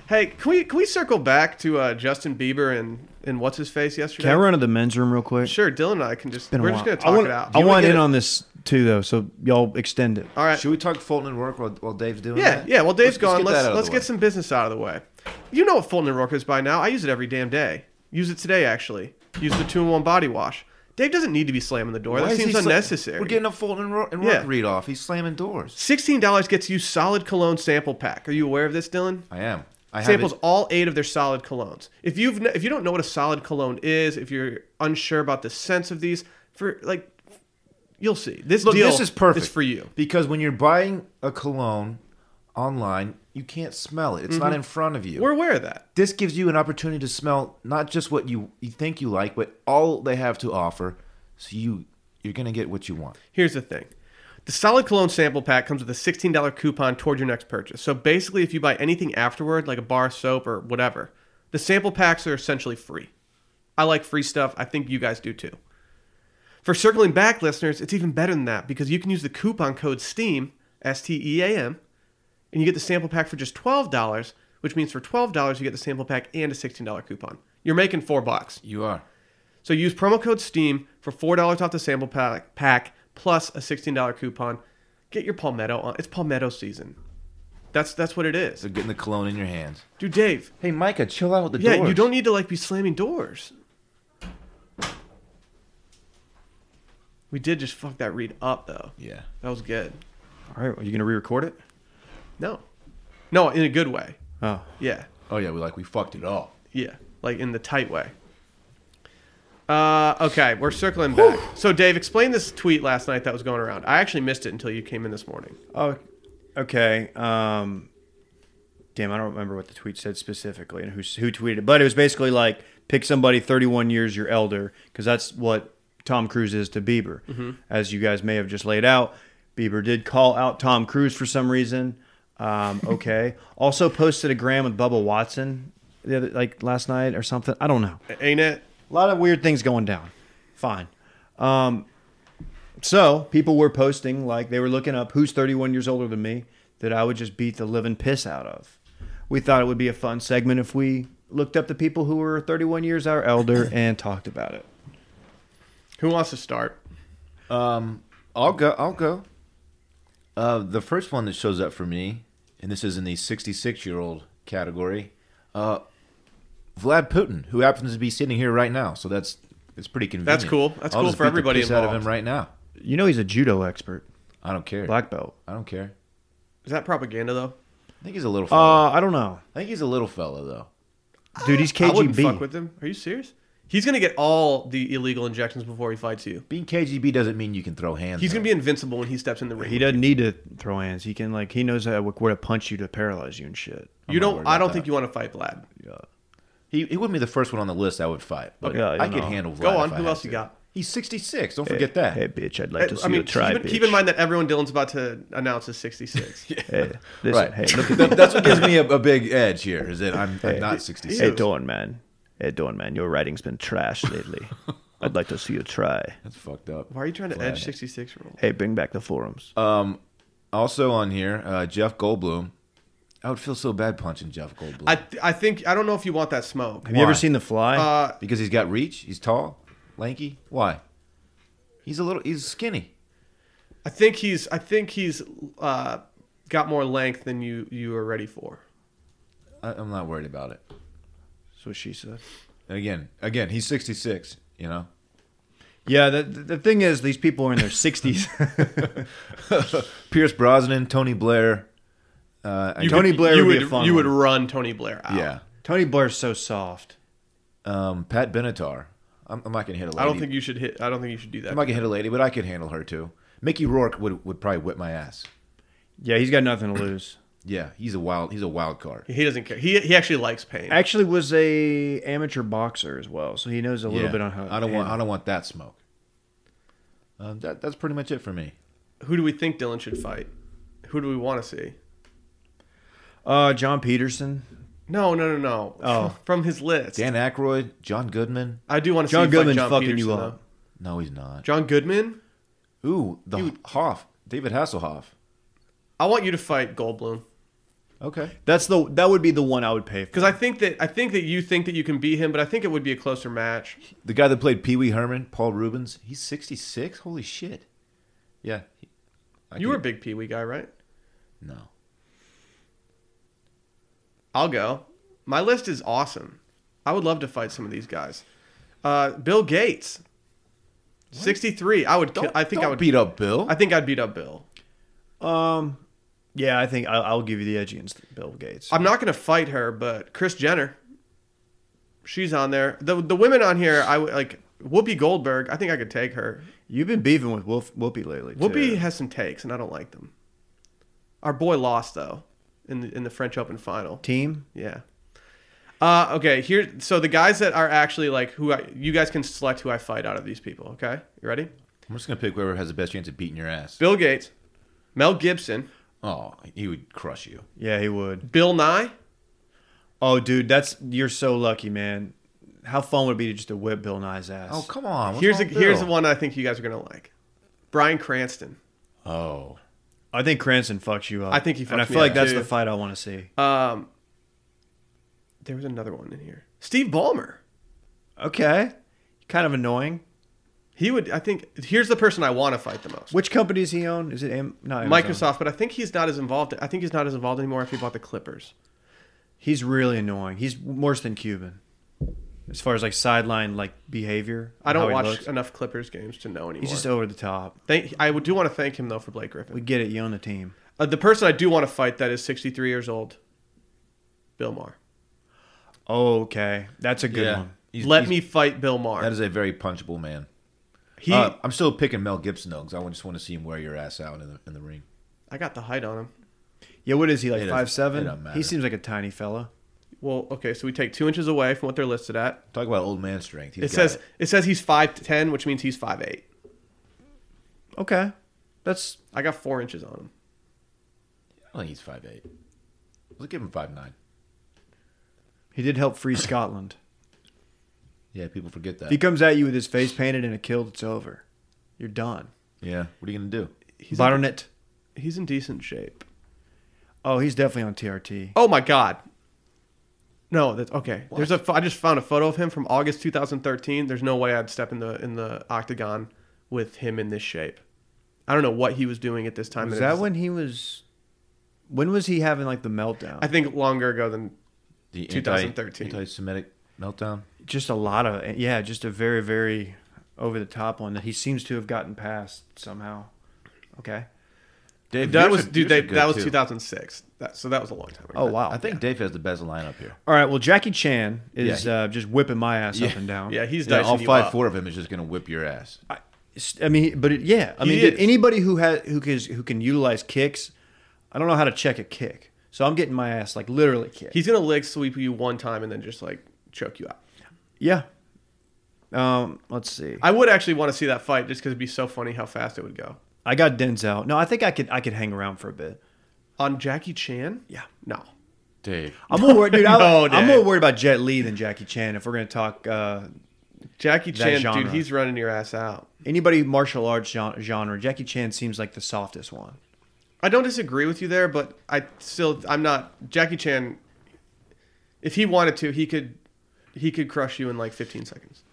S1: Hey, can we can we circle back to uh, Justin Bieber and, and what's his face yesterday?
S2: Can I run into the men's room real quick?
S1: Sure, Dylan and I can just
S2: Been a
S1: we're
S2: while.
S1: just gonna
S2: I
S1: talk
S2: want,
S1: it out.
S2: I
S1: You wanna
S2: want
S1: get
S2: in
S1: it-
S2: on this too, though, so y'all extend it.
S1: All right.
S3: Should we talk Fulton and Rourke while, while Dave's doing
S1: Yeah,
S3: that?
S1: yeah. Well, Dave's
S3: Let's-
S1: gone.
S3: that
S1: Let's
S3: out of
S1: let's
S3: the
S1: get
S3: way.
S1: some business out of the way. You know what Fulton and Rourke is by now. I use it every damn day. Use it today, actually. Use the two-in-one body wash. Dave doesn't need to be slamming the door.
S3: Why
S1: that
S3: is he
S1: seems
S3: sla-
S1: unnecessary.
S3: We're getting a Fulton and Rourke, and Rourke
S1: Yeah.
S3: read off. He's slamming doors.
S1: Sixteen dollars gets you solid cologne sample pack. Are you aware of this, Dylan?
S3: I am. I have
S1: Samples
S3: it-
S1: all eight of their solid colognes. If you've n- if you don't know what a solid cologne is, if you're unsure about the sense of these, for like, you'll see. This
S3: Look,
S1: deal
S3: this is perfect.
S1: for you.
S3: because when you're buying a cologne online, you can't smell it. It's
S1: Mm-hmm.
S3: not in front of you.
S1: We're aware of that.
S3: this gives you an opportunity to smell not just what you, you think you like, but all they have to offer. So you you're gonna get what you want.
S1: Here's the thing. The solid cologne sample pack comes with a $16 coupon toward your next purchase. So basically, if you buy anything afterward, like a bar of soap or whatever, the sample packs are essentially free. I like free stuff. I think you guys do too. For circling back listeners, it's even better than that because you can use the coupon code STEAM, S T E A M, and you get the sample pack for just $12, which means for $12 you get the sample pack and a $16 coupon. You're making 4 bucks.
S3: You are.
S1: So use promo code STEAM for $4 off the sample pack, pack plus a $16 coupon. Get your palmetto on. It's palmetto season. That's that's what it is.
S3: So getting the cologne in your hands.
S1: Dude, Dave.
S3: Hey Micah, chill out with the
S1: Yeah,
S3: doors.
S1: you don't need to like be slamming doors. We did just fuck that read up though.
S3: Yeah.
S1: That was good.
S2: All right, are you going to re record it?
S1: No. No, in a good way.
S2: Oh.
S1: Yeah.
S3: Oh yeah, we like we fucked it all.
S1: Yeah, like in the tight way. Uh, okay, we're circling back. So, Dave, explain this tweet last night that was going around. I actually missed it until you came in this morning.
S2: Oh, okay. Um, damn, I don't remember what the tweet said specifically and who who tweeted it, but it was basically like pick somebody 31 years your elder because that's what Tom Cruise is to Bieber, as you guys may have just laid out. Bieber did call out Tom Cruise for some reason. Um, okay. also posted a gram with Bubba Watson the other, like last night or something. I don't know.
S1: Ain't it?
S2: A lot of weird things going down. Fine. Um, so people were posting like they were looking up who's 31 years older than me that I would just beat the living piss out of. We thought it would be a fun segment if we looked up the people who were 31 years our elder and talked about it.
S1: Who wants to start?
S3: Um, I'll go. I'll go. Uh, the first one that shows up for me, and this is in the 66 year old category, uh, Vlad Putin, who happens to be sitting here right now. So that's it's pretty convenient.
S1: cool. That's
S3: I'll
S1: cool
S3: just
S1: for
S3: beat the
S1: everybody
S3: piss out of
S1: involved.
S3: him right now.
S2: You know he's a judo expert,
S3: I don't care.
S2: black belt.
S3: I don't care.
S1: Is that propaganda though?
S3: I think he's a little. Fella.
S2: Uh, I don't know,
S3: I think he's a little fella though.
S2: dude. He's
S1: I wouldn't fuck
S2: KGB.
S1: with him. Are you serious? He's gonna get all the illegal injections before he fights you.
S3: Being KGB doesn't mean you can throw hands.
S1: He's
S3: at
S1: gonna be invincible when he steps in the ring.
S2: He doesn't need to throw hands. He can like he knows how, where to punch you to paralyze you and shit.
S1: you
S3: I'm not
S1: don't.
S3: worried
S1: I
S3: about
S1: don't
S3: that.
S1: think you want to fight Vlad.
S3: He, he wouldn't be the first one on the list I would fight, but
S2: Okay, yeah,
S3: I could
S2: no.
S3: handle Vlad.
S1: Go on,
S3: if I
S1: who
S3: had
S1: else you
S3: to.
S1: got?
S3: He's 66. Don't forget that.
S2: Hey, bitch! I'd like to see
S1: I
S2: you
S1: mean,
S2: try.
S1: keep, in-
S2: bitch.
S1: keep in mind that everyone Dylan's about to announce is 66.
S2: Hey, listen,
S3: Right.
S2: hey,
S3: Look at that- That's what gives me a, a big edge here is that I'm, I'm not 66.
S2: Hey, Dawn, man. Hey, Dawn, man. Your writing's been trash lately. I'd like to see you try.
S3: That's fucked up.
S1: Why are you trying to
S3: Vlad.
S1: edge 66 year old?
S2: Hey, bring back the forums.
S3: Um, also on here, uh, Jeff Goldblum. I would feel so bad punching Jeff Goldblum
S1: I th- I think I don't know if you want that smoke.
S2: Have you ever
S3: why?
S2: seen The Fly?
S1: Uh,
S3: because he's got reach. He's tall, lanky. Why? He's a little. He's skinny.
S1: I think he's I think he's uh, got more length than you you are ready for.
S3: I, I'm not worried about it.
S2: That's what she said.
S3: Again, again, he's 66. You know,
S2: Yeah, the, the the thing is, these people are in their 60s.
S3: Pierce Brosnan, Tony Blair. Uh, I-
S1: You
S2: Tony Blair
S1: you
S2: would be
S1: would
S2: a fun
S1: you
S2: one.
S1: would run Tony Blair out.
S3: yeah,
S2: Tony Blair's so soft.
S3: um, Pat Benatar. I'm, I'm not gonna hit a lady.
S1: I don't think you should hit. I don't think you should do
S3: I'm
S1: that.
S3: not gonna hit a lady, but I could handle her too. Mickey Rourke would would probably whip my ass.
S2: Yeah, he's got nothing to lose.
S3: Yeah, he's a wild. He's a wild card.
S1: He doesn't care. He he actually likes pain.
S2: Actually, was a amateur boxer as well, so he knows a little
S3: Yeah,
S2: bit on how.
S3: I don't
S2: handle
S3: want. I don't want that smoke. Um, that, that's pretty much it for me.
S1: Who do we think Dylan should fight? Who do we want to see?
S2: Uh, John Peterson.
S1: No, no, no, no.
S2: Oh.
S1: from his list.
S3: Dan Aykroyd, John Goodman.
S1: I do want to see
S2: John
S1: you fight
S2: Goodman
S1: John
S2: fucking you
S1: Peterson,
S2: up.
S1: though.
S3: No, he's not.
S1: John Goodman.
S3: Ooh, the Hoff, David Hasselhoff.
S1: I want you to fight Goldblum
S3: Okay.
S2: That's the that would be the one I would pay for.
S1: because I think that I think that you think that you can beat him, but I think it would be a closer match.
S3: The guy that played Pee Wee Herman, Paul Rubens, he's 66. Holy shit. Yeah. he- I
S1: you
S3: could-
S1: were a big Pee Wee guy, right?
S3: No.
S1: I'll go. My list is awesome. I would love to fight some of these guys. Uh, Bill Gates, sixty-three. I would. Kill,
S3: Don't-
S1: I think I
S3: don't
S1: would.
S3: beat up Bill.
S1: I think I'd beat up Bill.
S2: Um, yeah, I think I, I'll give you the edge against Bill Gates.
S1: I'm not gonna fight her, but Chris Jenner. She's on there. The the women on here, I would like Whoopi Goldberg. I think I could take her.
S2: You've been beefing with Wolf, Whoopi lately. too.
S1: Whoopi has some takes, and I don't like them. Our boy lost though, in the in the French Open final.
S2: team.
S1: Yeah. Uh, okay. Here, so the guys that are actually like who I, you guys can select who I fight out of these people. Okay, you ready?
S3: I'm just going to pick whoever has the best chance of beating your ass.
S1: Bill Gates, Mel Gibson,
S3: Oh, he would crush you.
S2: Yeah, he would.
S1: Bill Nye.
S2: Oh, dude, that's you're so lucky, man. How fun would it be to just to whip Bill Nye's ass?
S3: Oh, come on. What's
S1: here's a,
S3: wrong with
S1: here's
S3: Bill?
S1: one I think you guys are gonna like. Brian Cranston.
S3: Oh.
S2: I think Cranston fucks you up.
S1: I think he
S2: and I
S1: fucks me
S2: feel like
S1: up,
S2: that's
S1: too.
S2: the fight I want to see.
S1: Um, there was another one in here. Steve Ballmer.
S2: Okay, kind of annoying.
S1: He would. I think here's the person I want to fight the most.
S2: Which company does he own? Is it Am- not Amazon.
S1: Microsoft, but I think he's not as involved. I think he's not as involved anymore after he bought the Clippers.
S2: He's really annoying. He's worse than Cuban, as far as like sideline like behavior.
S1: I
S2: how
S1: don't
S2: he
S1: watch
S2: looks.
S1: enough Clippers games to know anymore.
S2: He's just over the top.
S1: Thank, I do want to thank him though for Blake Griffin.
S2: We get it. You own the team.
S1: Uh, the person I do want to fight that is 63 years old, Bill Maher.
S2: Oh, okay, that's a good
S3: yeah.
S2: one.
S3: He's-
S1: Let
S3: he's-
S1: me fight Bill Maher.
S3: That is a very punchable man.
S1: he,
S3: Uh, I'm still picking Mel Gibson though, because I just want to see him wear your ass out in the in the ring.
S1: I got the height on him.
S2: Yeah, what is he
S3: It
S2: like?
S3: doesn't-
S2: Five
S3: it
S2: seven.
S3: don't matter.
S2: He seems like a tiny fella.
S1: Well, okay, so we take two inches away from what they're listed at.
S3: Talk about old man strength. He's
S1: It
S3: got
S1: says it. says he's five ten, which means he's five eight.
S2: Okay, that's
S1: I got four inches on him.
S3: I don't think he's five eight. Let's give him five nine.
S2: he did help free Scotland.
S3: Yeah, people forget that.
S2: If he comes at you with his face painted and a kilt, it's over. You're done.
S3: yeah, what are you gonna do?
S1: He's in,
S2: Baronet.
S1: he's in decent shape.
S2: Oh, he's definitely on TRT.
S1: Oh my god. No, that's okay. There's a. pho- I just found a photo of him from August 2013. There's no way I'd step in the in the octagon with him in this shape. I don't know what he was doing at this time.
S2: was
S1: It
S2: that when he was? When was he having like the meltdown?
S1: I think longer ago than
S3: The
S1: 2013.
S3: anti Semitic meltdown.
S2: just a lot of yeah, just a very very over the top one that he seems to have gotten past somehow. Okay.
S3: Dave,
S1: that
S3: yours
S1: was
S3: are-
S1: dude.
S3: yours are
S1: They,
S3: good,
S1: that was
S3: too.
S1: 2006. That, so that was a long time ago.
S2: Oh wow.
S3: I think Dave has the best lineup here.
S2: All right. Well, Jackie Chan is
S3: Yeah,
S2: uh, just whipping my ass up
S3: Yeah.
S2: and down.
S1: Yeah, he's
S3: Yeah,
S1: dicing
S3: all
S1: you
S3: five
S1: up.
S3: four of him is just gonna whip your ass.
S2: I, I mean, but it, yeah, I
S1: He
S2: mean, dude,
S1: is.
S2: anybody who has who can who can utilize kicks, I don't know how to check a kick, so I'm getting my ass like literally kicked.
S1: He's gonna leg sweep you one time and then just like choke you out.
S2: yeah. Um. Let's see.
S1: I would actually want to see that fight just because it'd be so funny how fast it would go.
S2: I got Denzel. No, I think I could I could hang around for a bit.
S1: On Jackie Chan?
S2: Yeah.
S1: No.
S3: Dave,
S2: I'm more worried, dude. I,
S1: No,
S2: I'm
S1: dude.
S2: more worried about Jet Li than Jackie Chan. If we're gonna talk uh,
S1: Jackie
S2: That
S1: Chan,
S2: genre.
S1: dude, he's running your ass out.
S2: anybody martial arts gen- genre, Jackie Chan seems like the softest one.
S1: I don't disagree with you there, but I still I'm not Jackie Chan. If he wanted to, he could he could crush you in like 15 seconds.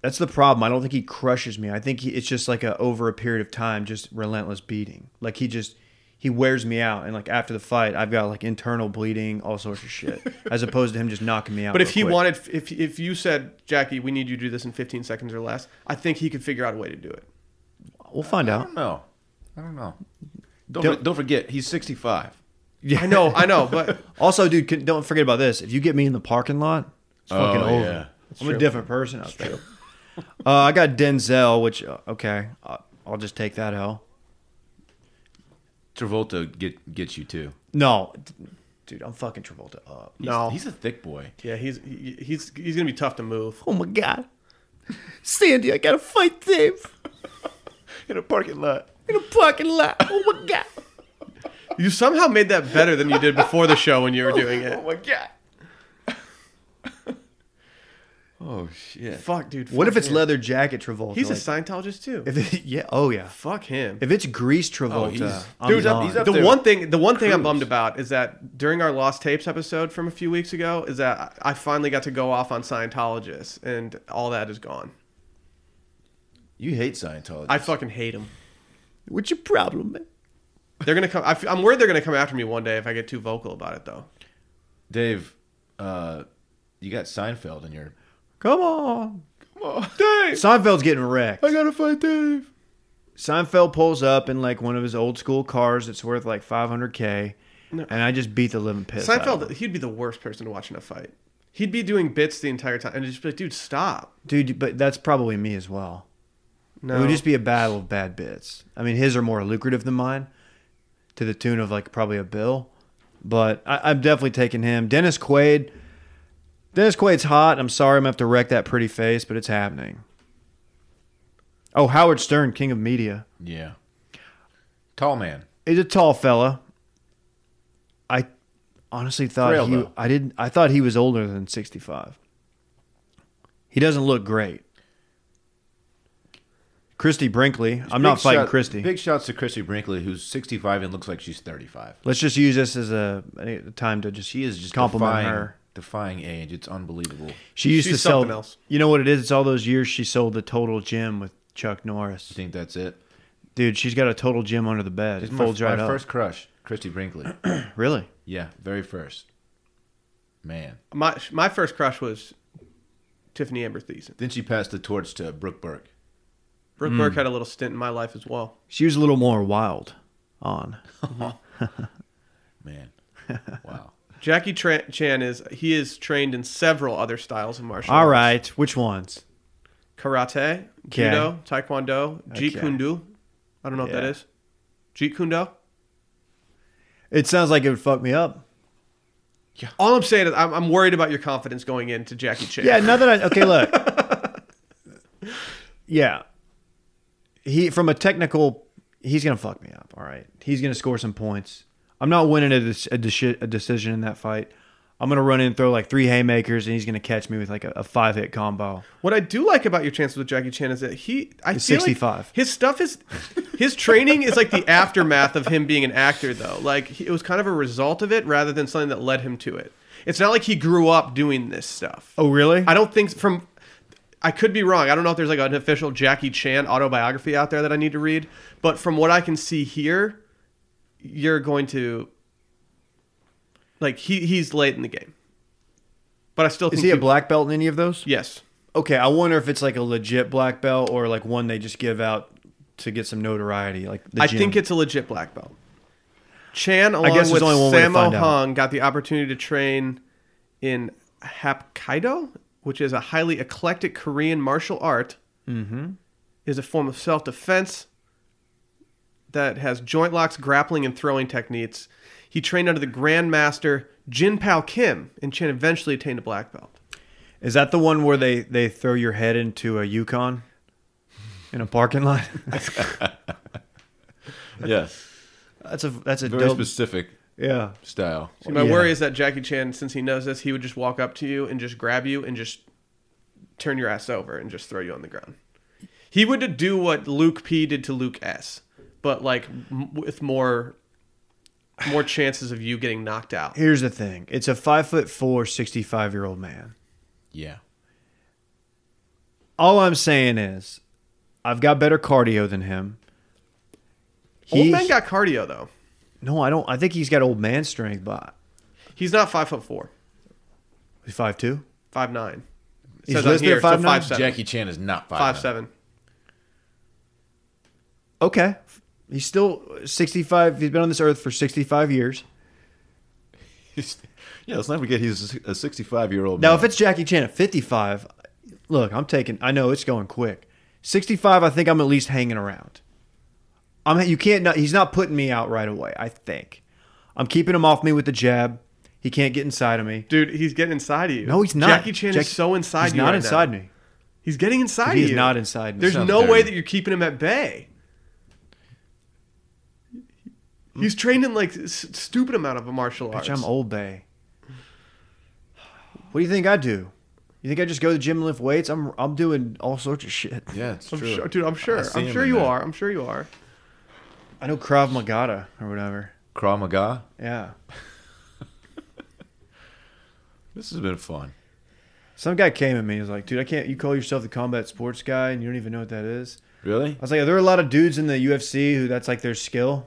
S2: That's the problem. I don't think he crushes me. I think he, it's just like a over a period of time, just relentless beating. Like he just he wears me out, and like after the fight, I've got like internal bleeding, all sorts of shit, as opposed to him just knocking me out.
S1: But if
S2: real
S1: he
S2: quick.
S1: wanted, if if you said Jackie, we need you to do this in 15 seconds or less, I think he could figure out a way to do it.
S2: we'll find
S3: I
S2: out.
S3: don't know. I don't know. Don't
S2: Don't-
S3: don't, forget he's sixty five.
S2: Yeah,
S1: I know, I know, but
S2: Also, dude, can, don't forget about this. If you get me in the parking lot, it's fucking
S3: Oh,
S2: over.
S3: yeah.
S2: I'm a different person out there. Uh, I got Denzel, which uh, okay, uh, I'll just take that L.
S3: Travolta get gets you too.
S2: No, dude, I'm fucking Travolta up.
S3: He's,
S1: No.
S3: he's a thick boy.
S1: yeah, he's he, he's he's gonna be tough to move.
S2: Oh my god, Sandy, I gotta fight Dave
S3: In a parking lot.
S2: in a parking lot. Oh my god.
S1: You somehow made that better than you did before the show when you were doing
S3: Oh
S1: it.
S3: my god. oh shit.
S1: Fuck, dude.
S2: What
S1: fuck
S2: if it's
S1: him.
S2: leather jacket Travolta?
S1: He's a
S2: like-
S1: Scientologist too.
S2: if it, yeah, oh yeah.
S1: fuck him.
S2: If it's Grease
S3: Oh,
S2: Travolta,
S3: he's-
S2: I'm
S3: Dude's up-
S2: gone.
S3: he's up-
S1: the
S3: there.
S1: one thing the one thing I'm
S3: Cruise.
S1: bummed about is that during our lost tapes episode from a few weeks ago is that I I finally got to go off on Scientologists and all that is gone.
S3: You hate Scientology.
S1: I fucking hate them.
S2: What's your problem, man?
S1: They're gonna come. I f- I'm worried they're gonna come after me one day if I get too vocal about it though.
S3: Dave, uh, you got Seinfeld in your.
S2: Come on.
S3: Come on, Dave.
S2: Seinfeld's getting wrecked.
S3: gotta fight Dave.
S2: Seinfeld pulls up in like one of his old school cars that's worth like 500k, and I just beat the living piss. out of him.
S1: Seinfeld, he'd be the worst person to watch in a fight. He'd be doing bits the entire time and just be like, dude, stop.
S2: dude, but that's probably me as well.
S1: No,
S2: It would just be a battle of bad bits. I mean, his are more lucrative than mine, to the tune of like probably a bill. But I, I'm definitely taking him. Dennis Quaid. Dennis Quaid's hot. I'm sorry, I'm gonna have to wreck that pretty face, but it's happening. Oh, Howard Stern, king of media.
S3: Yeah. Tall man.
S2: He's a tall fella. I honestly thought
S3: Frail,
S2: he,
S3: though.
S2: I didn't. I thought he was older than 65. He doesn't look great. Christy Brinkley. I'm not
S3: Big
S2: fighting
S3: shout-
S2: Christy.
S3: Big shouts to Christy Brinkley, who's 65 and looks like she's 35.
S2: Let's just use this as a, a time to just
S3: She is just
S2: compliment
S3: defying,
S2: her.
S3: defying age. It's unbelievable.
S2: She used
S1: She's
S2: to sell.
S1: something else.
S2: You know what it is? It's all those years she sold the total gym with Chuck Norris.
S3: You think that's it?
S2: Dude, she's got a total gym under the bed. It
S3: My-
S2: folds
S3: my,
S2: right up.
S3: first crush, Christy Brinkley.
S2: Really?
S3: yeah, very first. Man.
S1: my my first crush was Tiffany Amber Thiessen.
S3: Then she passed the torch to Brooke Burke.
S2: Hmm.
S1: Brooke Burke had a little stint in my life as well.
S2: She was a little more wild on.
S3: Man. Wow.
S1: Jackie Tra- Chan is he is trained in several other styles of martial
S2: All
S1: arts.
S2: right, which ones?
S1: karate,
S2: Okay.
S1: judo, taekwondo, jeet
S2: Okay.
S1: kune do. I don't know what that
S2: Yeah.
S1: is. Jeet kune do.
S2: It sounds like it would fuck me up.
S1: All I'm saying is I'm, I'm worried about your confidence going into Jackie Chan.
S2: Yeah, now that I okay, look. yeah. He from a technical he's gonna fuck me up, all right. He's gonna score some points. I'm not winning a, dec- a, deci- a decision in that fight. I'm gonna run in and throw like three haymakers and he's gonna catch me with like a, a five hit combo.
S1: What I do like about your chances with Jackie Chan is that he, I
S2: He's
S1: feel
S2: 65.
S1: Like his stuff is, his training is like the aftermath of him being an actor, though. Like he, it was kind of a result of it rather than something that led him to it. It's not like he grew up doing this stuff.
S2: Oh really?
S1: I don't think from. I could be wrong. I don't know if there's like an official Jackie Chan autobiography out there that I need to read, but from what I can see here, you're going to like he he's late in the game. But I still think
S2: Is he a
S1: you-
S2: black belt in any of those?
S1: Yes.
S2: Okay, I wonder if it's like a legit black belt or like one they just give out to get some notoriety. Like the
S1: I
S2: gym.
S1: think it's a legit black belt. Chan along
S2: guess there's
S1: with
S2: only one way to
S1: Sammo
S2: find out.
S1: Hung got the opportunity to train in Hapkido, which is a highly eclectic Korean martial art.
S2: Mm-hmm.
S1: Is a form of self defense that has joint locks, grappling, and throwing techniques. He trained under the Grandmaster Jin Pao Kim, and Chan eventually attained a black belt.
S2: Is that the one where they they throw your head into a Yukon in a parking lot?
S3: Yes.
S2: that's a that's a
S3: Very
S2: dope.
S3: specific
S2: Yeah.
S3: style.
S1: See, my
S2: Yeah.
S1: worry is that Jackie Chan, since he knows this, he would just walk up to you and just grab you and just turn your ass over and just throw you on the ground. He would do what Luke P did to Luke S, but like m- with more more chances of you getting knocked out.
S2: Here's the thing. It's a five foot four, 65 year old man.
S3: Yeah.
S2: All I'm saying is, I've got better cardio than him.
S1: Old
S2: He-
S1: man got cardio though.
S2: no, I don't. I think he's got old man strength, but
S1: He's not five foot four,
S2: he's five two.
S1: five nine. It
S2: He's
S1: says on
S2: listed at
S1: here, so
S2: 5'9"?
S1: five seven.
S3: Jackie Chan is not five.
S1: Five
S3: nine.
S1: seven.
S2: Okay, he's still 65. He's been on this earth for 65 years.
S3: yeah, let's not forget he's a 65 year old.
S2: Now, if it's Jackie Chan at 55, look, I'm taking. I know it's going quick. 65, I think I'm at least hanging around. I'm. You can't. Not, he's not putting me out right away. I think. I'm keeping him off me with the jab. He can't get inside of me.
S1: Dude, he's getting inside of you.
S2: No, he's not.
S1: Jackie Chan
S2: Jack-
S1: is so inside
S2: He's
S1: you.
S2: not
S1: right
S2: inside
S1: now.
S2: me.
S1: He's getting inside
S2: He
S1: you.
S2: is not inside me.
S1: There's
S3: Sounds
S1: no way
S3: dirty.
S1: that you're keeping him at bay. He's trained in like s- stupid amount of martial arts.
S2: Bitch, I'm Old Bay. What do you think I do? You think I just go to the gym and lift weights? I'm I'm doing all sorts of shit.
S3: Yeah, it's
S1: I'm
S3: true.
S1: sure, dude. I'm sure.
S3: see
S1: I'm
S3: him
S1: sure
S3: in
S1: you
S3: that.
S1: are. I'm sure you are.
S2: I know Krav Maga or whatever.
S3: Krav Maga.
S2: Yeah.
S3: This has been fun.
S2: Some guy came at me. He was like, "Dude, I can't. You call yourself the combat sports guy, and you don't even know what that is."
S3: Really?
S2: I was like, "Are there a lot of dudes in the UFC who that's like their skill?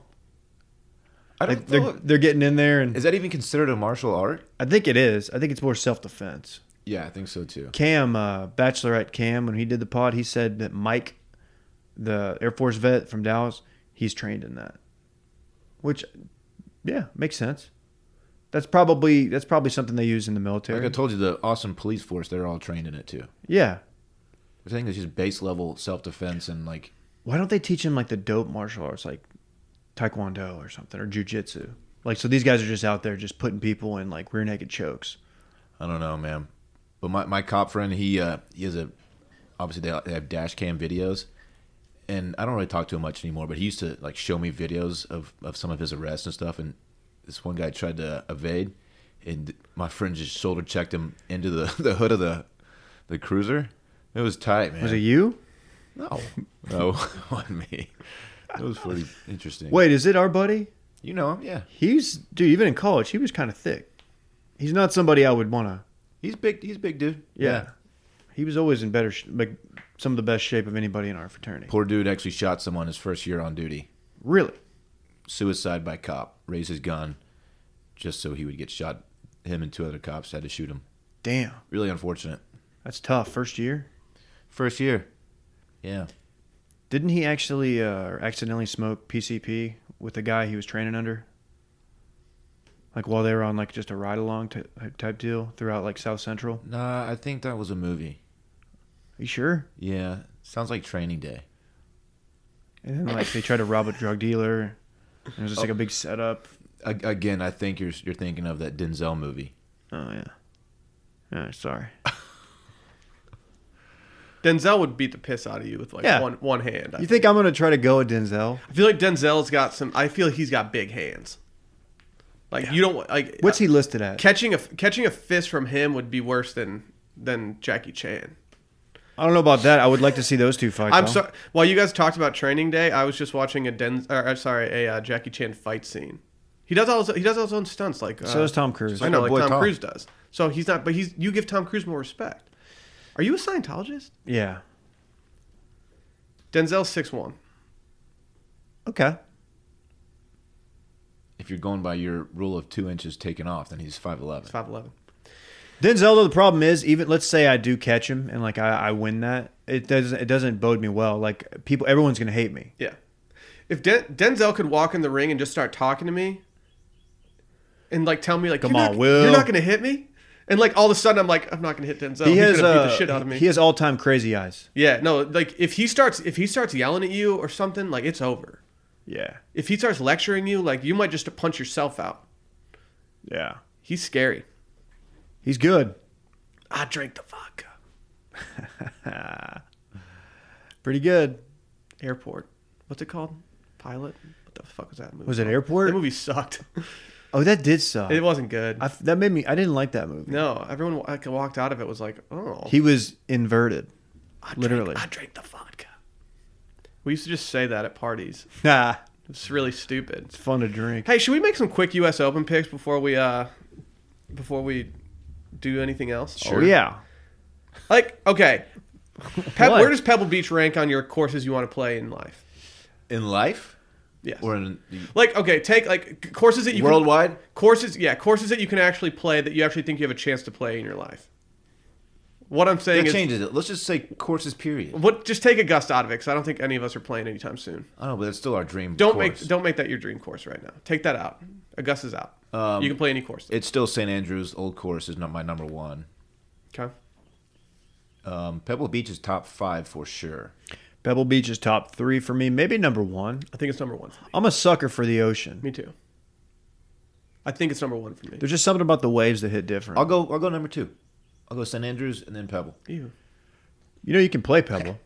S3: I
S2: Like
S3: don't
S2: they're
S3: know.
S2: they're getting in there, and
S3: Is that even considered a martial art?
S2: I think it is. I think it's more self defense."
S3: Yeah, I think so too.
S2: Cam, uh, Bachelorette Cam, when he did the pod, he said that Mike, the Air Force vet from Dallas, he's trained in that. Which, yeah, makes sense. That's probably that's probably something they use in the military.
S3: Like I told you, the awesome police force, they're all trained in it too.
S2: yeah.
S3: I think it's just base level self defense and like
S2: Why don't they teach him like the dope martial arts, like taekwondo or something, or jujitsu? Like, so these guys are just out there just putting people in like rear naked chokes.
S3: I don't know, man. But my, my cop friend, he uh, he has a obviously they, they have dash cam videos, and I don't really talk to him much anymore. But he used to like show me videos of, of some of his arrests and stuff. And this one guy tried to evade, and my friend just shoulder checked him into the, the hood of the the cruiser. It was tight, man.
S2: Was it you?
S3: No, no, on me. It was pretty interesting.
S2: Wait, is it our buddy?
S3: you know him? Yeah,
S2: He's dude. Even in college, he was kind of thick. He's not somebody I would want to
S3: he's big. He's a big dude.
S2: Yeah. He was always in better, sh- like some of the best shape of anybody in our fraternity.
S3: Poor dude actually shot someone his first year on duty.
S2: Really?
S3: suicide by cop, raised his gun just so he would get shot. Him and two other cops had to shoot him.
S2: Damn.
S3: Really unfortunate.
S2: That's tough. First year?
S3: First year. Yeah.
S2: Didn't he actually uh, or accidentally smoke PCP with the guy he was training under? Like while they were on like just a ride along t- type deal throughout like South Central?
S3: Nah, I think that was a movie.
S2: you sure?
S3: Yeah. Sounds like training day.
S2: And then like they tried to rob a drug dealer. And it was just like a big setup.
S3: A- again, I think you're you're thinking of that Denzel movie.
S2: Oh, yeah. Oh, sorry.
S1: Denzel would beat the piss out of you with like
S2: Yeah.
S1: one one hand. I
S2: You think I'm going to try to go at Denzel?
S1: I feel like Denzel's got some. I feel he's got big hands. Like you don't like uh,
S2: What's he listed at?
S1: catching a catching a fist from him would be worse than than Jackie Chan.
S2: I don't know about that. I would like to see those two fight.
S1: I'm
S2: though.
S1: sorry. While you guys talked about Training Day, I was just watching a Den. Or, uh, sorry, a uh, Jackie Chan fight scene. He does all his, he does all his own stunts. Like uh,
S2: So does Tom Cruise.
S1: I know,
S3: our
S1: like
S3: boy
S1: Tom,
S3: Tom.
S1: Cruise does. So he's not, but he's you give Tom Cruise more respect. Are you a Scientologist?
S2: Yeah.
S1: Denzel's six one.
S2: Okay.
S3: If you're going by your rule of two inches taken off, then he's five eleven.
S1: He's five eleven.
S2: Denzel, though, the problem is, even let's say I do catch him and like I, I win that, it doesn't it doesn't bode me well. Like people, everyone's gonna hate me.
S1: Yeah. If Den- Denzel could walk in the ring and just start talking to me, and like tell me like,
S2: Come
S1: you're
S2: on,
S1: not,
S2: Will."
S1: you're not gonna hit me, and like all of a sudden I'm like, I'm not gonna hit Denzel.
S2: he
S1: He's
S2: has
S1: gonna beat
S2: uh,
S1: the shit out of me.
S2: He has all time crazy eyes.
S1: yeah, no, like if he starts if he starts yelling at you or something, like it's over.
S2: Yeah.
S1: If he starts lecturing you, like you might just punch yourself out.
S2: Yeah.
S1: He's scary.
S2: He's good.
S1: I drank the vodka.
S2: Pretty good.
S1: Airport. What's it called? Pilot. What the fuck was that movie?
S2: Was it
S1: called?
S2: Airport?
S1: That movie sucked.
S2: Oh, that did suck.
S1: it wasn't good.
S2: I, that made me. I didn't like that movie.
S1: no, everyone wa- like, walked out of it was like, oh.
S2: He was inverted.
S1: I
S2: Literally.
S1: Drank, I drank the vodka. We used to just say that at parties.
S2: Nah.
S1: It's really stupid.
S2: It's fun to drink.
S1: Hey, should we make some quick U.S. Open picks before we uh before we do anything else?
S2: Oh yeah.
S1: Like, okay, Pe-
S2: What?
S1: where does Pebble Beach rank on your courses you want to play in life?
S3: In life?
S1: Yes.
S3: Or in the
S1: like, okay, take like c- courses that you can-
S3: worldwide?
S1: courses, yeah, courses that you can actually play that you actually think you have a chance to play in your life. What I'm saying
S3: That
S1: is,
S3: changes it. Let's just say courses period.
S1: what just take Augusta out of it because I don't think any of us are playing anytime soon.
S3: I don't know, but that's still our dream.
S1: Don't
S3: course.
S1: make don't make that your dream course right now. Take that out. Augusta's out.
S3: Um,
S1: you can play any course.
S3: it's still St. Andrews old course is not my number one.
S1: okay.
S3: Um, Pebble Beach is top five for sure.
S2: Pebble Beach is top three for me. Maybe number one.
S1: I think it's number one. For me.
S2: I'm a sucker for the ocean.
S1: me too. I think it's number one for me.
S2: There's just something about the waves that hit different.
S3: I'll go. I'll go number two. I'll go St. Andrews and then Pebble.
S1: Ew.
S2: You know you can play Pebble.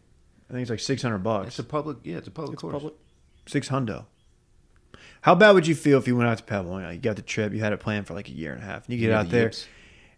S2: I think it's like six hundred
S3: It's
S2: bucks.
S3: a public. Yeah, it's a public course.
S1: Public.
S2: Six hundo. How bad would you feel if you went out to Pavilion? You got the trip, you had it planned for like a year and a half, and you get
S3: You get
S2: out
S3: the
S2: there,
S3: yips.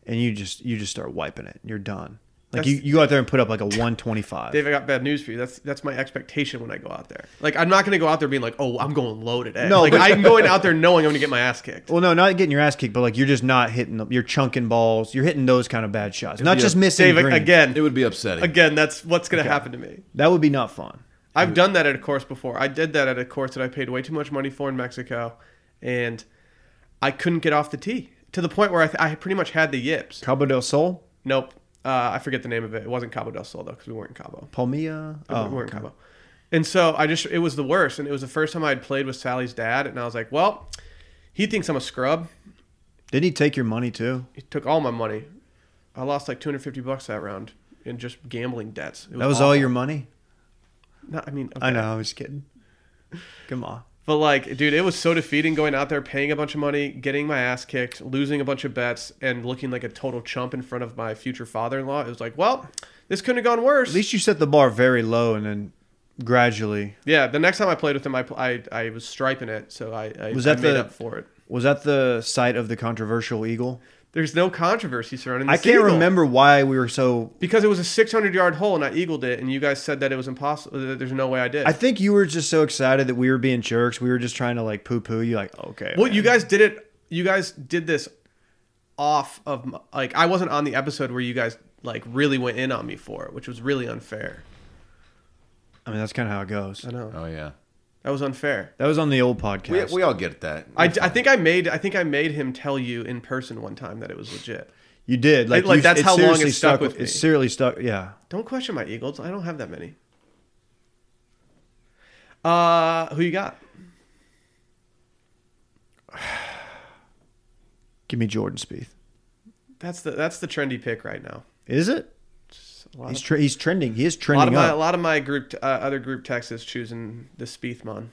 S2: and you just you just start wiping it. You're done. Like you,
S1: That's-
S2: you go out there and put up like a 125.
S1: Dave, I got bad news for you. That's that's my expectation when I go out there. Like I'm not going to go out there being like, oh, I'm going low today.
S2: No,
S1: No, like
S2: but-
S1: I'm going out there knowing I'm going to get my ass kicked.
S2: Well, no, not getting your ass kicked, but like you're just not hitting them. You're chunking balls. You're hitting those kind of bad shots. not
S3: be
S2: just
S3: a-
S2: missing
S1: Dave,
S2: green.
S1: again,
S3: It would be upsetting.
S1: again, that's what's going to happen to me.
S2: That would be not fun.
S1: I've done that at a course before. I did that at a course that I paid way too much money for in Mexico, and I couldn't get off the tee to the point where I, th- I pretty much had the yips.
S2: Cabo del Sol,
S1: Nope. Uh, I forget the name of it. It wasn't Cabo del Sol though, because we weren't in Cabo.
S2: Palmilla.
S1: Oh,
S2: Oh,
S1: we weren't in
S2: okay.
S1: Cabo. And so I just it was the worst, and it was the first time I had played with Sally's dad, and I was like, well, he thinks I'm a scrub.
S2: Didn't he take your money too?
S1: He took all my money. I lost like 250 bucks that round in just gambling debts. It
S2: that was all
S1: awful.
S2: your money.
S1: No, I mean, okay.
S2: I know. I was kidding. Come on.
S1: But like, dude, it was so defeating going out there, paying a bunch of money, getting my ass kicked, losing a bunch of bets, and looking like a total chump in front of my future father-in-law. It was like, well, this couldn't have gone worse.
S2: At least you set the bar very low, and then gradually
S1: yeah. The next time I played with him, I pl- I, I was striping it, so I, I
S2: Was that
S1: I made
S2: the-
S1: up for it.
S2: was that the site of the controversial eagle.
S1: There's no controversy surrounding.
S2: I
S1: This
S2: can't
S1: eagle.
S2: remember why we were so.
S1: because it was a 600 yard hole, and I eagled it, and you guys said that it was impossible. that There's no way I did.
S2: I think you were just so excited that we were being jerks. We were just trying to like poo poo you, like okay.
S1: Well,
S2: man.
S1: you guys did it. You guys did this off of m- like I wasn't on the episode where you guys like really went in on me for it, which was really unfair.
S2: I mean, that's kind of how it goes.
S1: I know
S3: Oh yeah.
S1: that was unfair.
S2: That was on the old podcast.
S3: We, we all get that.
S1: I, I think I made I think I made him tell you in person one time that it was legit.
S2: You did. Like,
S1: Like- like,
S2: you-
S1: that's how long
S2: seriously
S1: it stuck with
S2: It
S1: me.
S2: seriously stuck. Yeah.
S1: Don't question my eagles. I don't have that many. Uh, who you got?
S2: Give me Jordan Spieth.
S1: That's the that's the trendy pick right now.
S2: Is it?
S1: It's A lot,
S2: He's
S1: of,
S2: tre- he's trending. He is
S1: a lot of
S2: trending
S1: my
S2: up.
S1: a lot of my group uh, other group texts is choosing the Spiethman.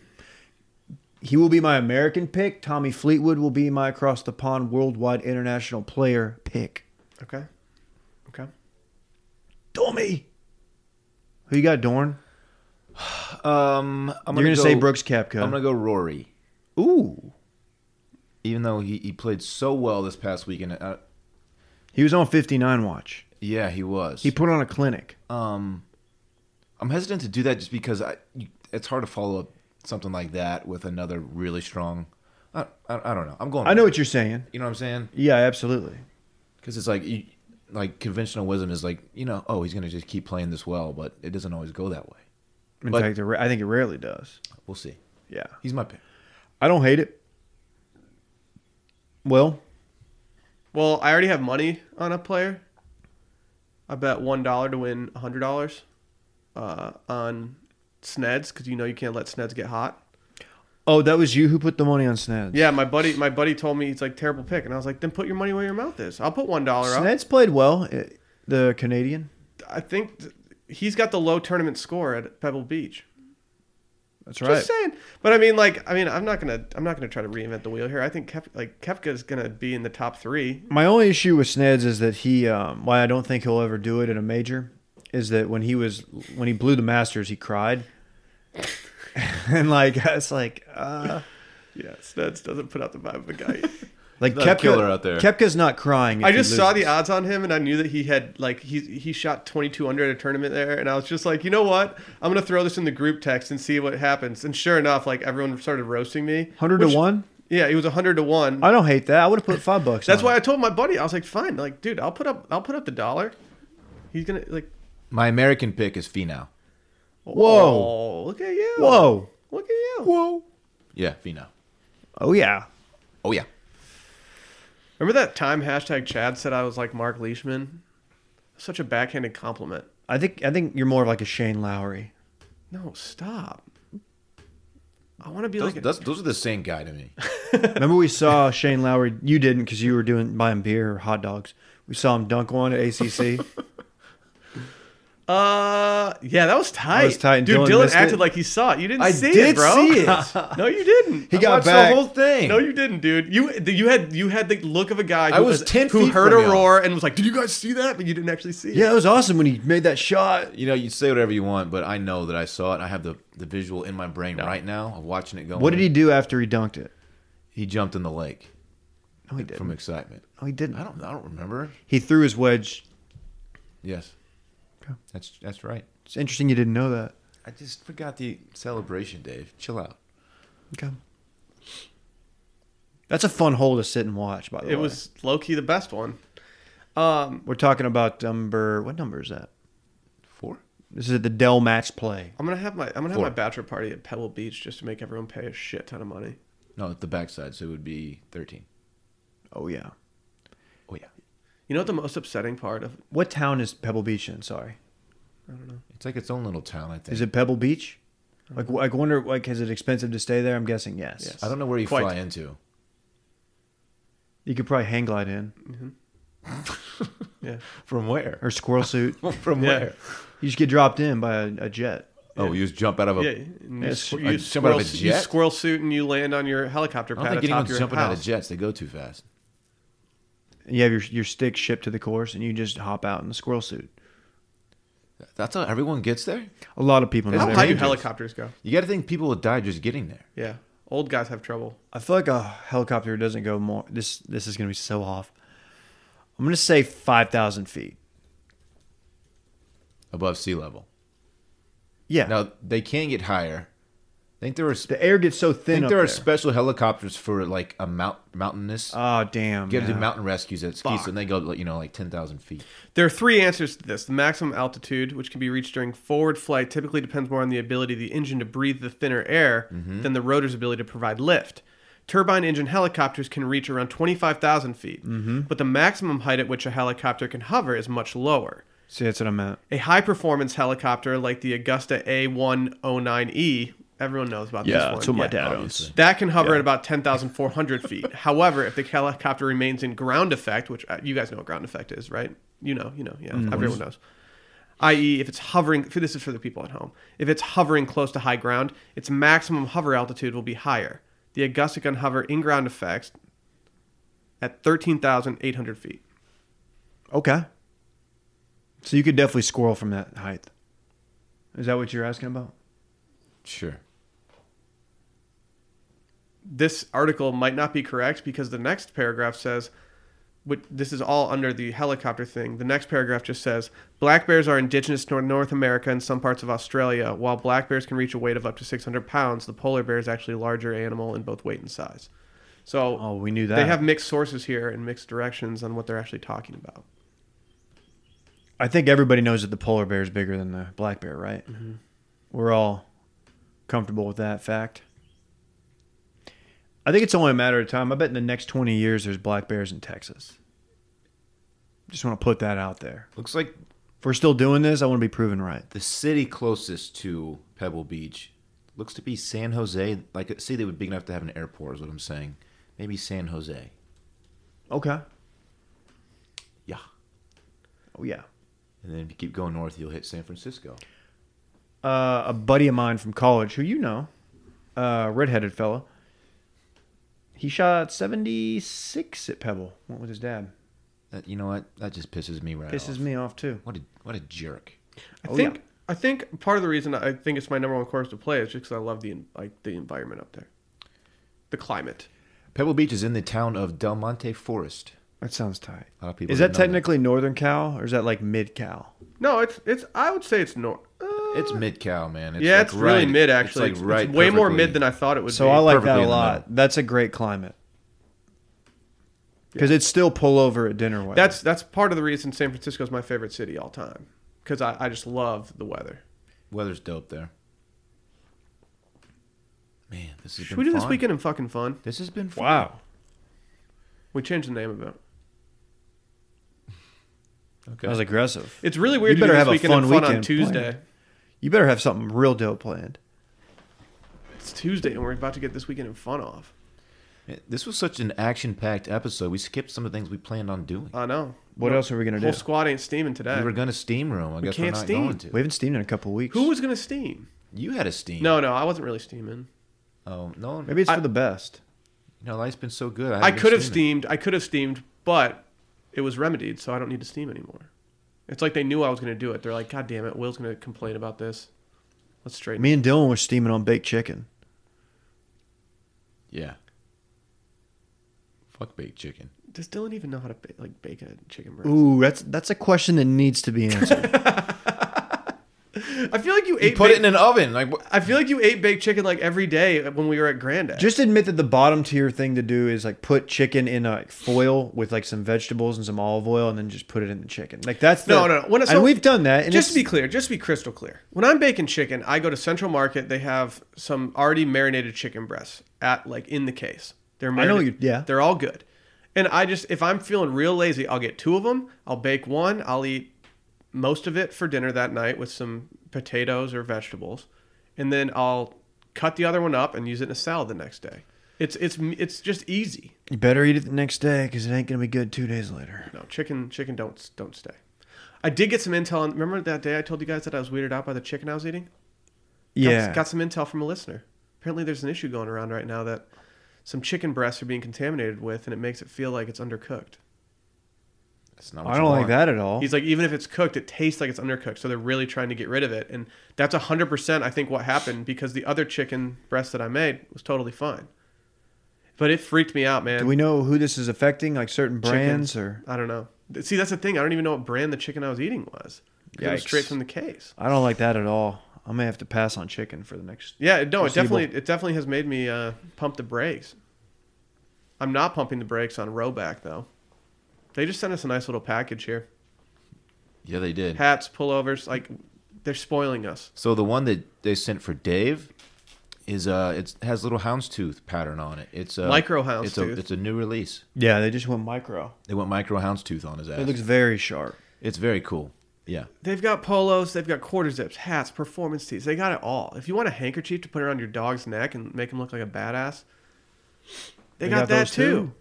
S2: He will be my American pick. Tommy Fleetwood will be my across the pond worldwide international player pick.
S1: Okay, okay.
S2: Tommy. Who you got, Dorn?
S3: Um, I'm
S2: You're gonna
S3: gonna
S2: say
S3: go-
S2: Brooks Koepka.
S3: I'm gonna go Rory,
S2: Ooh.
S3: even though he, he played so well this past weekend. Uh,
S2: He was on 59 watch.
S3: yeah, he was.
S2: He put on a clinic.
S3: um, I'm hesitant to do that just because I you, it's hard to follow up something like that with another really strong. I, I, I don't know. I'm going.
S2: I know what you're saying.
S3: You know what I'm saying?
S2: Yeah, absolutely.
S3: Because it's like you, like conventional wisdom is like you know oh he's gonna just keep playing this well, but it doesn't always go that way.
S2: In
S3: But-
S2: fact, it ra- I think it rarely does.
S3: We'll see.
S2: Yeah.
S3: He's my pick.
S2: I don't hate it. Well,
S1: Well, I already have money on a player. I bet one dollar to win hundred dollars uh, on Sneds because you know you can't let Sneds get hot.
S2: oh, that was you who put the money on Sneds.
S1: Yeah, my buddy, my buddy told me it's like terrible pick, and I was like, then put your money where your mouth is. I'll put one dollar up.
S2: Sned's played well, eh, the Canadian.
S1: I think th- he's got the low tournament score at Pebble Beach.
S2: That's
S1: Just saying. But I mean, like, I mean, I'm not gonna, I'm not gonna try to reinvent the wheel here. I think Kef, like Kefka is gonna be in the top three.
S2: My only issue with Sneds is that he, um, why I don't think he'll ever do it in a major, is that when he was when he blew the Masters, he cried, and like I was like, uh,
S1: Yeah, Sneds doesn't put out the vibe of a guy.
S2: like
S3: Not a
S2: Kepka,
S3: killer out there.
S2: Kepka's not crying. if
S1: I
S2: he
S1: just saw the
S2: loses.
S1: odds on him, and I knew that he had like he he shot 22 under at a tournament there, and I was just like, you know what? I'm gonna throw this in the group text and see what happens. And sure enough, like everyone started roasting me.
S2: hundred to
S1: which-
S2: one.
S1: Yeah, it was 100 to one.
S2: I don't hate that. I would have put five bucks.
S1: That's
S2: on
S1: why
S2: it.
S1: I told my buddy, I was like, fine, like dude, I'll put up I'll put up the dollar. He's gonna like,
S3: My American pick is Finau.
S2: Whoa.
S1: oh, look at you,
S2: Whoa.
S1: look at you.
S2: Whoa.
S3: Yeah, Finau.
S2: Oh yeah.
S3: Oh yeah.
S1: Remember that time hashtag Chad said I was like Mark Leishman? Such a backhanded compliment.
S2: I think I think you're more of like a Shane Lowry.
S1: No, stop. I want to be
S3: Those,
S1: like a-
S3: those, those are the same guy to me.
S2: Remember we saw Shane Lowry. You didn't because you were doing buying beer or hot dogs. We saw him dunk one at ACC.
S1: Uh, yeah, that was tight.
S2: was tight, and
S1: Dude,
S2: Dylan
S1: Dylan,
S2: missed
S1: acted
S2: it.
S1: like he saw it. You didn't
S3: I
S1: see
S3: did
S1: it, bro.
S3: see it.
S1: no, you didn't.
S2: He
S3: I
S2: got
S3: watched
S2: back.
S3: the whole thing.
S1: No, you didn't, dude. You the- you had you had the look of a guy. Who
S3: I was 10
S1: who
S3: feet
S1: heard
S3: from
S1: a
S3: y'all.
S1: roar and was like, "Did you guys see that?" But you didn't actually see it.
S2: Yeah, it was awesome when he made that shot.
S3: you know, you say whatever you want, but I know that I saw it. I have the, the visual in my brain right now of watching it go.
S2: What did he do after he dunked it?
S3: He jumped in the lake
S2: No, he didn't.
S3: from excitement.
S2: no, he didn't.
S3: I don't. I don't remember.
S2: He threw his wedge.
S3: Yes. That's that's right.
S2: It's interesting you didn't know that.
S3: I just forgot the celebration, Dave. Chill out.
S2: Okay. That's a fun hole to sit and watch. By the way,
S1: it was low key the best one. Um,
S2: We're talking about number. What number is that?
S3: Four.
S2: This is the Dell match play.
S1: I'm gonna have my I'm gonna
S3: Four.
S1: have my bachelor party at Pebble Beach just to make everyone pay a shit ton of money.
S3: No, at the backside, so it would be thirteen.
S2: Oh yeah.
S3: Oh yeah.
S1: You know what the most upsetting part of
S2: What town is Pebble Beach in? Sorry,
S3: It's like its own little town. I think.
S2: is it Pebble Beach? Like, I wonder. Like, is it expensive to stay there? I'm guessing yes.
S1: Yes.
S3: I don't know where you
S1: Quite.
S3: fly into.
S2: You could probably hang glide in
S1: yeah
S3: From where?
S2: or squirrel suit.
S3: From
S1: Yeah.
S3: where?
S2: you just get dropped in by a, a jet.
S3: Oh, you just jump out of a.
S1: yeah and you,
S2: Yes.
S1: squ-
S3: Uh,
S1: you,
S3: jump out
S1: squirrel,
S3: of a
S1: you
S3: jet?
S1: squirrel suit and you land on your helicopter
S3: I don't
S1: pad
S3: think
S1: atop
S3: anyone's
S1: your
S3: jumping
S1: house.
S3: out of jets. They go too fast.
S2: And you have your your stick shipped to the course, and you just hop out in the squirrel suit.
S3: That's how everyone gets there.
S2: A lot of people.
S1: That's how
S2: Know that.
S1: high do
S3: dangerous.
S1: helicopters go?
S3: You got to think people would die just getting there.
S1: Yeah, old guys have trouble.
S2: I feel like a helicopter doesn't go more. This this is gonna be so off. I'm gonna say five thousand feet.
S3: above sea level.
S2: Yeah.
S3: Now they can get higher. I think there are.
S2: the air gets so
S3: I
S2: thin.
S3: think
S2: up
S3: there are
S2: there.
S3: special helicopters for like a mount mountainous.
S2: oh damn.
S3: you got to do
S2: yeah.
S3: mountain rescues at ski,
S1: Fuck.
S3: so they go like, you know like ten thousand feet.
S1: There are three answers to this. The maximum altitude, which can be reached during forward flight, typically depends more on the ability of the engine to breathe the thinner air than the rotor's ability to provide lift. Turbine engine helicopters can reach around 25,000 feet, but the maximum height at which a helicopter can hover is much lower.
S2: See, that's what I meant.
S1: A high performance helicopter like the Augusta A109E, E. everyone knows about this one.
S3: owns.
S1: That can hover at about 10,400 feet. However, if the helicopter remains in ground effect, which uh, you guys know what ground effect is, right? You know, you know, yeah, everyone knows. I.e., if it's hovering, for- this is for the people at home. If it's hovering close to high ground, its maximum hover altitude will be higher. The Augusta can hover in ground effects at 13,800 feet.
S2: Okay. So you could definitely squirrel from that height. Is that what you're asking about?
S3: Sure.
S1: This article might not be correct because the next paragraph says, which this is all under the helicopter thing. The next paragraph just says black bears are indigenous to North America and some parts of Australia. While black bears can reach a weight of up to 600 pounds, the polar bear is actually a larger animal in both weight and size. So
S2: Oh, we knew that.
S1: they have mixed sources here and mixed directions on what they're actually talking about.
S2: I think everybody knows that the polar bear is bigger than the black bear, right? We're all comfortable with that fact. I think it's only a matter of time. I bet in the next 20 years there's black bears in Texas. Just want to put that out there.
S3: Looks like
S2: If we're still doing this, I want to be proven right.
S3: the city closest to Pebble Beach looks to be San Jose. Like a city that would be big enough to have an airport is what I'm saying. Maybe San Jose.
S2: Okay.
S3: Yeah.
S2: Oh, yeah.
S3: And then if you keep going north, you'll hit San Francisco.
S2: uh, a buddy of mine from college who you know, uh, redheaded fellow. He shot 76 at Pebble. Went with his dad.
S3: That you know what? That just pisses me right.
S2: Pisses
S3: off.
S2: me off too.
S3: What a what a jerk.
S1: I
S2: Oh,
S1: think
S2: yeah.
S1: I think part of the reason I think it's my number one course to play is just because I love the en- like the environment up there, the climate.
S3: Pebble Beach is in the town of Del Monte Forest.
S2: That sounds tight.
S3: A lot of people
S2: Is
S3: don't
S2: that
S3: know
S2: technically Northern Cal or is that like Mid Cal?
S1: No, it's it's I would say it's uh, north.
S3: It's mid Cal, man. It's
S1: yeah,
S3: like
S1: it's really
S3: right-
S1: mid actually.
S3: It's
S1: It's,
S3: like right,
S1: it's way more
S3: perfectly-
S1: mid than I thought it would
S2: So
S1: be.
S2: I like that
S3: perfectly
S2: a
S3: in the
S2: lot. That's a great climate. Because it's still pullover at dinner weather.
S1: That's that's part of the reason San Francisco is my favorite city all time because I, I just love the weather.
S3: weather's dope there. Man, this has
S1: Should
S3: been
S1: we do this
S3: fun.
S1: weekend in fucking fun?
S3: This has been fun.
S2: wow.
S1: We changed the name of it.
S3: Okay.
S2: That was aggressive.
S1: It's really weird to
S2: You
S1: do
S2: better
S1: this
S2: have a
S1: weekend in
S2: fun
S1: fun on
S2: weekend
S1: Tuesday.
S2: planned. You better have something real dope planned.
S1: It's Tuesday and we're about to get this weekend in fun off.
S3: This was such an action-packed episode. We skipped some of the things we planned on doing.
S1: I know.
S2: What else are we gonna
S1: Whole
S2: do?
S1: squad ain't steaming today.
S3: we were gonna steamroll. I guess
S1: can't
S3: we're not
S1: steam.
S3: going to.
S2: We haven't steamed in a couple weeks.
S1: Who was gonna steam?
S3: You had a steam.
S1: No, no, I wasn't really steaming.
S3: Oh no. Maybe
S2: Maybe it's
S1: I-
S2: for the best.
S3: you know life's been so good.
S1: I
S3: haven't
S1: could have
S3: steamed.
S1: steamed. I could have steamed, but it was remedied, so I don't need to steam anymore. It's like they knew I was going to do it. They're like, God damn it, Will's going to complain about this. Let's straighten.
S2: Me and Dylan were steaming on baked chicken.
S3: Yeah. Fuck baked chicken.
S1: it. Does Dylan even know how to ba- like bake a chicken breast?
S2: Ooh, that's that's a question that needs to be answered.
S1: I feel like you
S3: You
S1: ate.
S3: put
S1: ba-
S3: it in an oven. Like what-
S1: I feel like you ate baked chicken like every day when we were at Granddad.
S2: Just admit that the bottom tier thing to do is like put chicken in a foil with like some vegetables and some olive oil, and then just put it in the chicken. Like that's the,
S1: No, no, no. When- so-
S2: and we've done that. Uh, And
S1: just to
S2: it's-
S1: be clear, just to be crystal clear. When I'm baking chicken, I go to Central Market. They have some already marinated chicken breasts at like in the case. They're
S2: I know
S1: marinated.
S2: you- yeah.
S1: They're all good. And I just if I'm feeling real lazy, I'll get two of them. I'll bake one. I'll eat most of it for dinner that night with some potatoes or vegetables, and then I'll cut the other one up and use it in a salad the next day. It's it's it's just easy.
S2: you better eat it the next day because it ain't gonna be good two days later.
S1: No, chicken chicken don't don't stay. I did get some intel on. Remember that day I told you guys that I was weirded out by the chicken I was eating. Got-
S2: Yeah,
S1: Got, some intel from a listener. Apparently, there's an issue going around right now that some chicken breasts are being contaminated with, and it makes it feel like it's undercooked.
S3: That's not. What
S2: I
S3: you
S2: don't like
S3: want.
S2: that at all.
S1: He's like, even if it's cooked, it tastes like it's undercooked. So they're really trying to get rid of it. And that's 100%, I think, what happened because the other chicken breast that I made was totally fine. But it freaked me out, man.
S2: do we know who this is affecting? Like certain
S1: Chicken-
S2: brands or
S1: I don't know. See, that's the thing. I don't even know what brand the chicken I was eating was. 'Cause It was
S2: Yikes.
S1: straight from the case.
S2: I don't like that at all. I may have to pass on chicken for the next.
S1: Yeah, no, it
S2: Foreseeable.
S1: definitely it definitely has made me uh, pump the brakes. I'm not pumping the brakes on Roback though. They just sent us a nice little package here:
S3: Yeah, they did.
S1: hats, pullovers. Like they're spoiling us.
S3: So the one that they sent for Dave is uh, it has little houndstooth pattern on it. It's uh,
S1: Micro houndstooth.
S3: It's a, it's a new release.
S2: Yeah, they just went micro.
S3: They went micro houndstooth on his ass.
S2: It looks very sharp.
S3: it's very cool. Yeah,
S1: They've got polos, they've got quarter zips, hats, performance tees. They got it all. If you want a handkerchief to put around your dog's neck and make him look like a badass, they,
S2: They
S1: got,
S2: got
S1: that
S2: those
S1: too.
S2: too.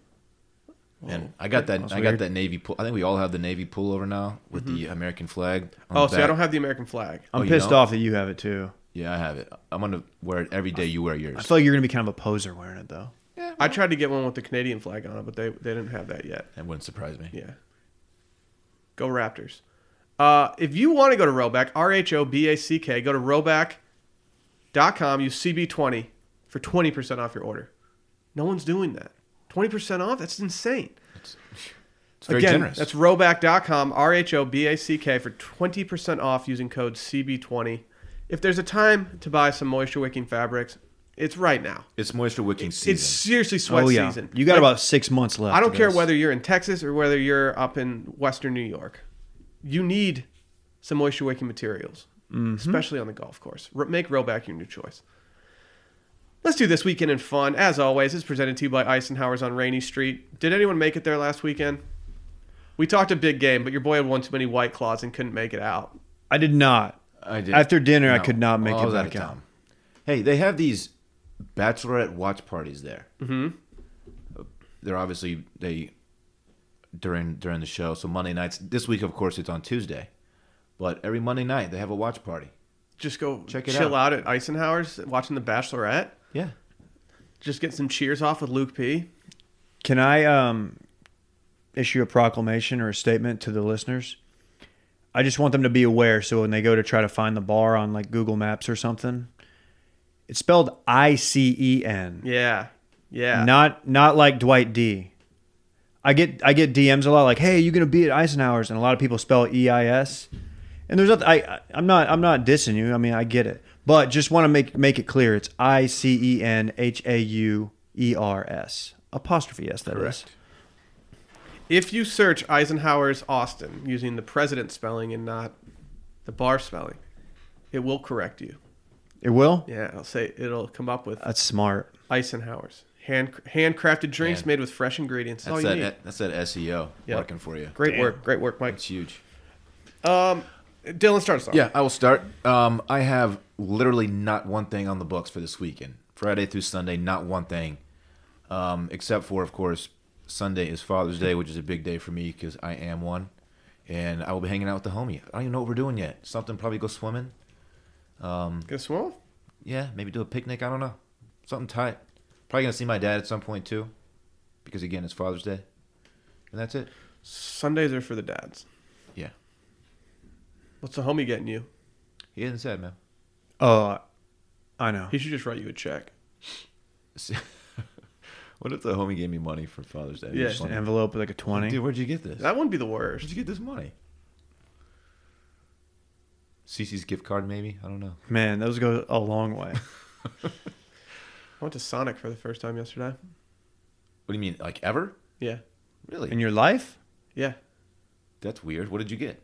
S1: Oh,
S3: and I got that.
S2: that's
S3: I
S2: weird.
S3: got that navy pull. I think we all have the navy pullover now with the American flag. on
S1: Mm-hmm. Oh,
S3: the
S1: see, I
S3: back.
S1: don't have the American flag.
S2: I'm
S3: Oh, you
S2: pissed
S3: don't?
S2: off that you have it too.
S3: Yeah, I have it. I'm gonna wear it every day. You wear
S2: I
S3: yours.
S2: feel like you're gonna be kind of a poser wearing it though.
S1: I tried to get one with the Canadian flag on it, but they they didn't have that yet.
S3: That wouldn't surprise me.
S1: Yeah. Go Raptors. Uh, if you want to go to Roback, R H O B A C K, go to roback.com, use CB20 for 20% off your order. No one's doing that. 20% off? That's insane.
S3: It's very
S1: Again,
S3: generous.
S1: that's roback.com, R H O B A C K, for 20% off using code CB20. If there's a time to buy some moisture wicking fabrics, it's right now.
S3: it's moisture wicking season.
S1: It's seriously sweat
S2: oh yeah,
S1: season.
S2: you got
S1: Like,
S2: about six months left.
S1: I don't
S2: of
S1: care
S2: this.
S1: whether you're in Texas or whether you're up in Western New York. You need some moisture wicking materials,
S3: Mm-hmm.
S1: especially on the golf course. R- make Roback your new choice. Let's do this weekend in fun. As always, it's presented to you by Eisenhower's on Rainy Street. Did anyone make it there last weekend? We talked a big game, but your boy had one too many white claws and couldn't make it out.
S2: I did not.
S3: I did.
S2: After dinner, I
S3: No. Oh,
S2: could not make
S3: I
S2: it
S3: was out
S2: back
S3: of
S2: out.
S3: town. Hey, they have these bachelorette watch parties there. Mm-hmm.
S1: Mm-hmm.
S3: They're obviously they during during the show. So Monday nights. This week, of course, it's on Tuesday, but every Monday night they have a watch party.
S1: Just go
S3: Check it
S1: chill out. at Eisenhower's watching The Bachelorette.
S3: Yeah.
S1: Just get some cheers off with Luke P.
S2: Can I um, issue a proclamation or a statement to the listeners? I just want them to be aware so when they go to try to find the bar on like Google Maps or something, it's spelled I C E N.
S1: Yeah. Yeah.
S2: Not not like Dwight D. I get I get DMs a lot like, "Hey, you gonna be at Eisenhower's?" And a lot of people spell E I S. And there's nothing. I I- I'm not I'm not dissing you. I mean I get it, but just want to make make it clear. It's I C E N H A U E R S apostrophe S. That is.
S3: Correct.
S1: If you search Eisenhower's Austin using the president spelling and not the bar spelling, it will correct you.
S2: It will.
S1: Yeah, I'll say it'll come up with
S2: That's smart.
S1: Eisenhower's hand handcrafted drinks
S3: Man.
S1: made with fresh ingredients. That's,
S3: That's
S1: all you
S3: that. E,
S1: need.
S3: That's that SEO
S1: Yeah.
S3: working for you.
S1: Great
S2: Damn.
S1: work, great work, Mike.
S3: It's huge.
S1: Um, Dylan, start us off.
S3: Yeah, I will start. Um, I have literally not one thing on the books for this weekend. Friday through Sunday, not one thing. Um, except for, of course, Sunday is Father's Day, which is a big day for me because I am one, and I will be hanging out with the homie. I don't even know what we're doing yet. Something probably go swimming.
S1: Gonna swim?
S3: Yeah, maybe do a picnic. I don't know. Something tight. Probably gonna see my dad at some point too, because again, it's Father's Day, and that's it.
S1: Sundays are for the dads.
S3: Yeah,
S1: What's the homie getting you?
S3: he isn't sad, man.
S2: Oh, I know.
S1: He should just write you a check.
S3: what if the homie gave me money for Father's Day?
S1: Yeah.
S3: Just
S2: An
S3: like,
S2: envelope with like a twenty.
S3: Dude, where'd you get this?
S1: That wouldn't be the
S3: Where'd
S1: worst.
S3: you get this money? Cece's gift card, maybe? I don't know.
S2: Man, those go a long way.
S1: I went to Sonic for the first time yesterday.
S3: What do you mean? Like ever?
S1: Yeah,
S3: Really?
S2: In your life?
S1: yeah.
S3: That's weird. What did you get?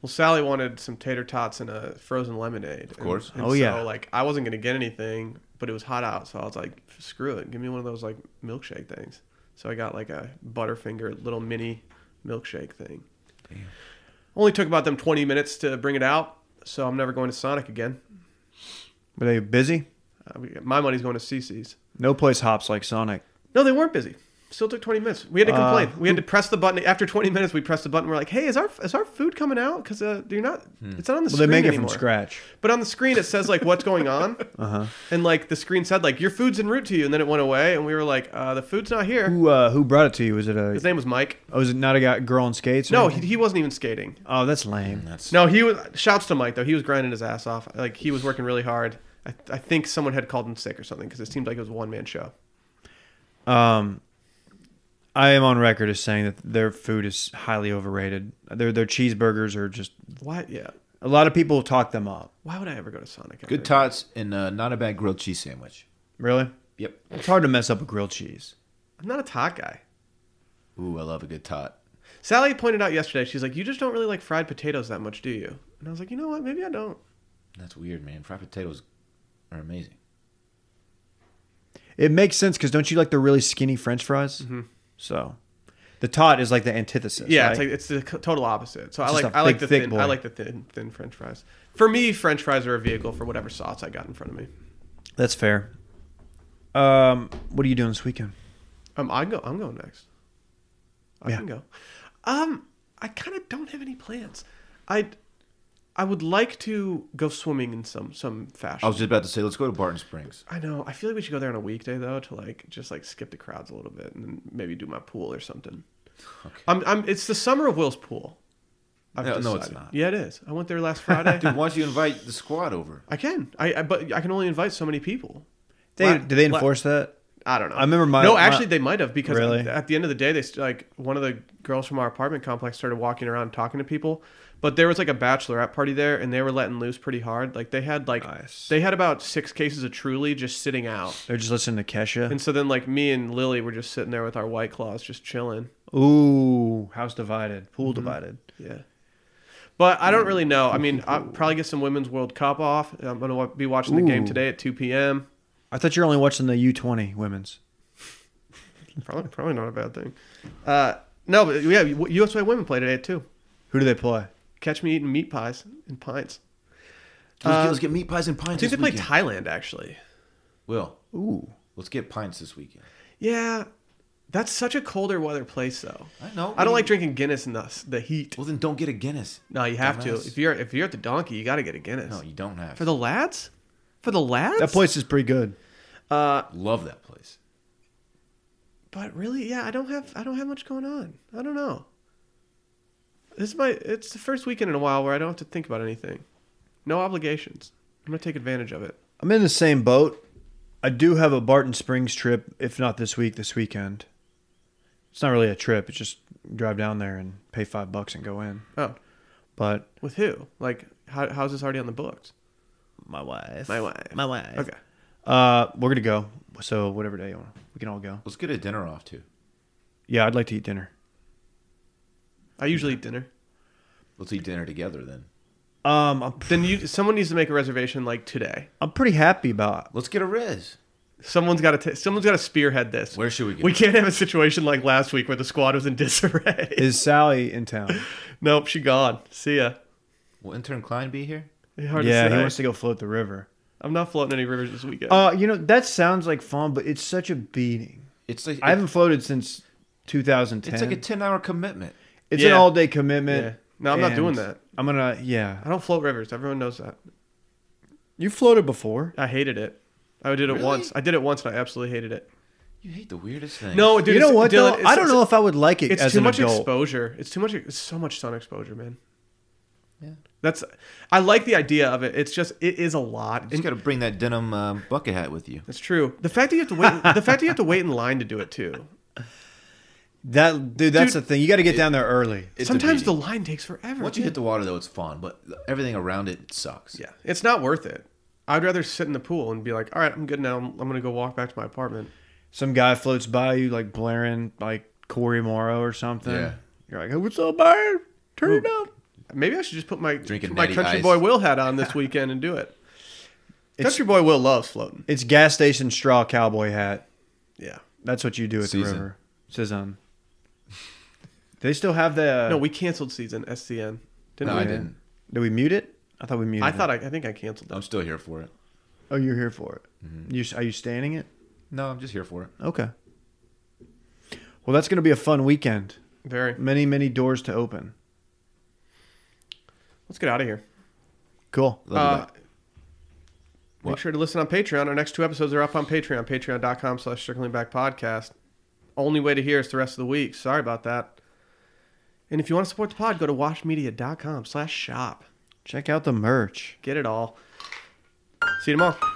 S1: Well, Sally wanted some tater tots and a frozen lemonade. Of
S3: course.
S1: And,
S2: Oh,
S1: so,
S2: yeah.
S1: Like I wasn't gonna get anything, but it was hot out, so I was like, "Screw it, give me one of those like milkshake things." So I got like a Butterfinger little mini milkshake thing. Only took about them twenty minutes to bring it out, so I'm never going to Sonic again.
S2: Were they busy?
S1: Uh, we- my money's going to CC's.
S2: No place hops like Sonic.
S1: No, they weren't busy. Still took 20 minutes. We had to complain.
S2: Uh,
S1: we had to press the button. After 20 minutes, we pressed the button. We're like, "Hey, is our is our food coming out? Because uh, you're not. It's not on the
S2: Hmm. Well, they
S1: screen
S2: make it
S1: anymore."
S2: from scratch.
S1: But on the screen, it says like what's going on,
S2: Uh huh.
S1: and like the screen said like your food's en route to you, and then it went away, and we were like, uh, "The food's not here."
S2: Who uh, who brought it to you? Was it
S1: His
S2: a?
S1: name was Mike.
S2: Oh, was it not a guy, girl on skates? or
S1: No, he,
S2: anything?
S1: he wasn't even skating.
S2: oh, that's lame.
S3: That's
S1: No, he was. Shouts to Mike though. He was grinding his ass off. Like he was working really hard. I, I think someone had called him sick or something because it seemed like it was a one man show.
S2: Um, I am on record as saying that their food is highly overrated. Their their cheeseburgers are just
S1: Why? Yeah.
S2: a lot of people talk them up.
S1: Why would I ever go to Sonic? ever
S3: good
S1: again?
S3: tots and uh, not a bad grilled cheese sandwich.
S2: Really,
S3: Yep.
S2: it's hard to mess up a grilled cheese.
S1: I'm not a tot guy.
S3: Ooh, I love a good tot.
S1: Sally pointed out yesterday, she's like, You just don't really like fried potatoes that much, do you? And I was like, You know what? Maybe I don't.
S3: That's weird, man. Fried potatoes are amazing.
S2: It makes sense because don't you like the really skinny French fries? Mm-hmm. So, the tot is like the antithesis.
S1: yeah,
S2: right?
S1: it's, like, it's the co- total opposite. So I
S2: It's just
S1: like
S2: a
S1: I like
S2: big,
S1: the
S2: thick
S1: thin
S2: boy.
S1: I like the thin thin French fries. For me, French fries are a vehicle for whatever sauce I got in front of me.
S2: that's fair. Um, what are you doing this weekend?
S1: Um, I go. I'm going next. I
S2: Yeah.
S1: can go. Um, I kind of don't have any plans. I I would like to go swimming in some some fashion.
S3: I was just about to say, let's go to Barton Springs.
S1: I know. I feel like we should go there on a weekday though to like just like skip the crowds a little bit and then maybe do my pool or something.
S3: Okay.
S1: I'm, I'm it's the summer of Will's pool.
S3: No, no, it's
S1: decided.
S3: not.
S1: Yeah, it is. I went there last Friday.
S3: Dude, why don't you invite the squad over?
S1: I can. I, I but I can only invite so many people.
S2: They
S1: La-
S2: do they
S1: la-
S2: enforce that?
S1: I don't know.
S2: I remember my-
S1: No,
S2: my-
S1: actually, they might have because
S2: Really?
S1: at the end of the day, they st- like one of the girls from our apartment complex started walking around talking to people. But there was like a bachelorette party there, and they were letting loose pretty hard. Like they had like
S2: Nice.
S1: they had about six cases of Truly just sitting out,
S2: They're just listening to Kesha.
S1: and so then like me and Lily were just sitting there with our white claws, just chilling.
S2: Ooh, house divided, pool
S1: Mm-hmm.
S2: divided.
S1: Yeah. But I don't
S2: Mm.
S1: really know. I mean, I'll probably get some Women's World Cup off. I'm going to wa- be watching the game
S2: Ooh.
S1: today at 2 p.m.
S2: I thought you were only watching the U twenty women's.
S1: Probably, probably not a bad thing. Uh, no, but yeah, USA women play today at 2.
S2: Who do they play?
S1: Catch me eating meat pies and pints.
S3: Let's, get, let's get meat pies and pints.
S1: Uh, I think they
S3: this
S1: play
S3: weekend.
S1: Thailand, actually.
S3: Will,
S2: Ooh,
S3: let's get pints this weekend.
S1: Yeah, that's such a colder weather place, though.
S3: I know.
S1: I don't like
S3: drinking.
S1: drinking Guinness in the, the heat.
S3: Well, then don't get a Guinness.
S1: No, you have to.
S3: Dumbass.
S1: If you're if you're at the donkey, you got to get a Guinness.
S3: No, you don't have.
S1: For the lads? For the lads?
S2: that place is pretty good.
S1: Uh,
S3: Love that place.
S1: but really yeah i don't have i don't have much going on i don't know this is my it's the first weekend in a while where i don't have to think about anything no obligations i'm gonna take advantage of it
S2: I'm in the same boat. I do have a Barton Springs trip, if not this week, this weekend. It's not really a trip. It's just drive down there and pay five bucks and go in.
S1: oh
S2: But
S1: with who like how, how's this already on the books
S2: my wife,
S1: My wife.
S2: my wife.
S1: okay
S2: Uh, we're gonna go. So whatever day you want, we can all go.
S3: Let's get a dinner off too.
S2: Yeah, I'd like to eat dinner.
S1: i usually eat dinner
S3: Let's eat dinner together then.
S2: Um, I'm,
S1: then you someone needs to make a reservation like today
S2: I'm pretty happy about.
S3: Let's get a res.
S1: someone's got to someone's got to spearhead this
S3: Where should we go?
S1: we can't have a situation like last week where the squad was in disarray
S2: Is Sally in town?
S1: nope she gone see ya
S3: Will intern Klein be here?
S1: Hard to
S2: yeah, he
S1: say.
S2: wants to go float the river.
S1: I'm not floating any rivers this weekend.
S2: Uh, you know that sounds like fun, but it's such a beating.
S3: It's like
S2: I haven't floated since 2010.
S3: It's like a ten hour commitment.
S2: It's an
S1: Yeah.
S2: all day commitment.
S1: Yeah. No, I'm not
S2: and
S1: doing that.
S2: I'm gonna yeah.
S1: I don't float rivers. Everyone knows that.
S2: You floated before.
S1: I hated it. I did it
S3: Really?
S1: once. I did it once and I absolutely hated it.
S3: You hate the weirdest thing.
S1: No, dude.
S2: you know
S1: it's-
S2: what?
S1: Dylan,
S2: though?
S1: it's-
S2: I don't know if I would like it
S1: It's,
S2: as
S1: too
S2: an
S1: much
S2: adult.
S1: exposure. It's too much. It's so much sun exposure, man.
S3: Yeah.
S1: That's. I like the idea of it. It's just it is a lot.
S3: you just
S1: And
S3: got to bring that denim uh, bucket hat with you.
S1: that's true. The fact that you have to wait. the fact that you have to wait in line to do it too.
S2: that dude, that's
S1: Dude,
S2: the thing. You got to get down there early.
S3: It's a
S1: Sometimes the
S3: beating.
S1: line takes forever.
S3: once you hit the water though, it's fun, but everything around it sucks.
S1: Yeah, it's not worth it. I'd rather sit in the pool and be like, all right, I'm good now. I'm, I'm gonna go walk back to my apartment.
S2: Some guy floats by you like blaring like Corey Morrow or something.
S3: Yeah.
S2: You're like, hey, what's up, man? Turn it up.
S1: Maybe I should just put my
S3: Drinking
S1: my
S3: Natty
S1: country
S3: Ice.
S1: boy Will hat on this weekend and do it.
S2: It's-
S1: country boy Will loves floating.
S2: It's gas station straw cowboy hat.
S1: Yeah.
S2: That's what you do at
S3: Season.
S2: the river. Season. Do they still have the?
S1: No, we canceled season SCN. Didn't
S3: Uh, No,
S1: we?
S3: I didn't.
S2: Did we mute it? I thought we muted.
S1: I
S2: it.
S1: thought I, I think I canceled
S3: I'm
S1: it.
S3: still here for it.
S2: Oh, you're here for it. You s are you standing it?
S3: No, I'm just here for it.
S2: Okay. Well, that's going to be a fun weekend.
S1: Very.
S2: Many, many doors to open.
S1: Let's get out of here.
S2: Cool.
S3: Love
S1: Uh,
S3: you,
S1: Make
S3: What?
S1: sure to listen on Patreon. Our next two episodes are up on Patreon, patreon.com slash circling back podcast. Only way to hear is the rest of the week. Sorry about that. And if you want to support the pod, go to washmedia.com slash shop.
S2: Check out the merch.
S1: Get it all. See you tomorrow.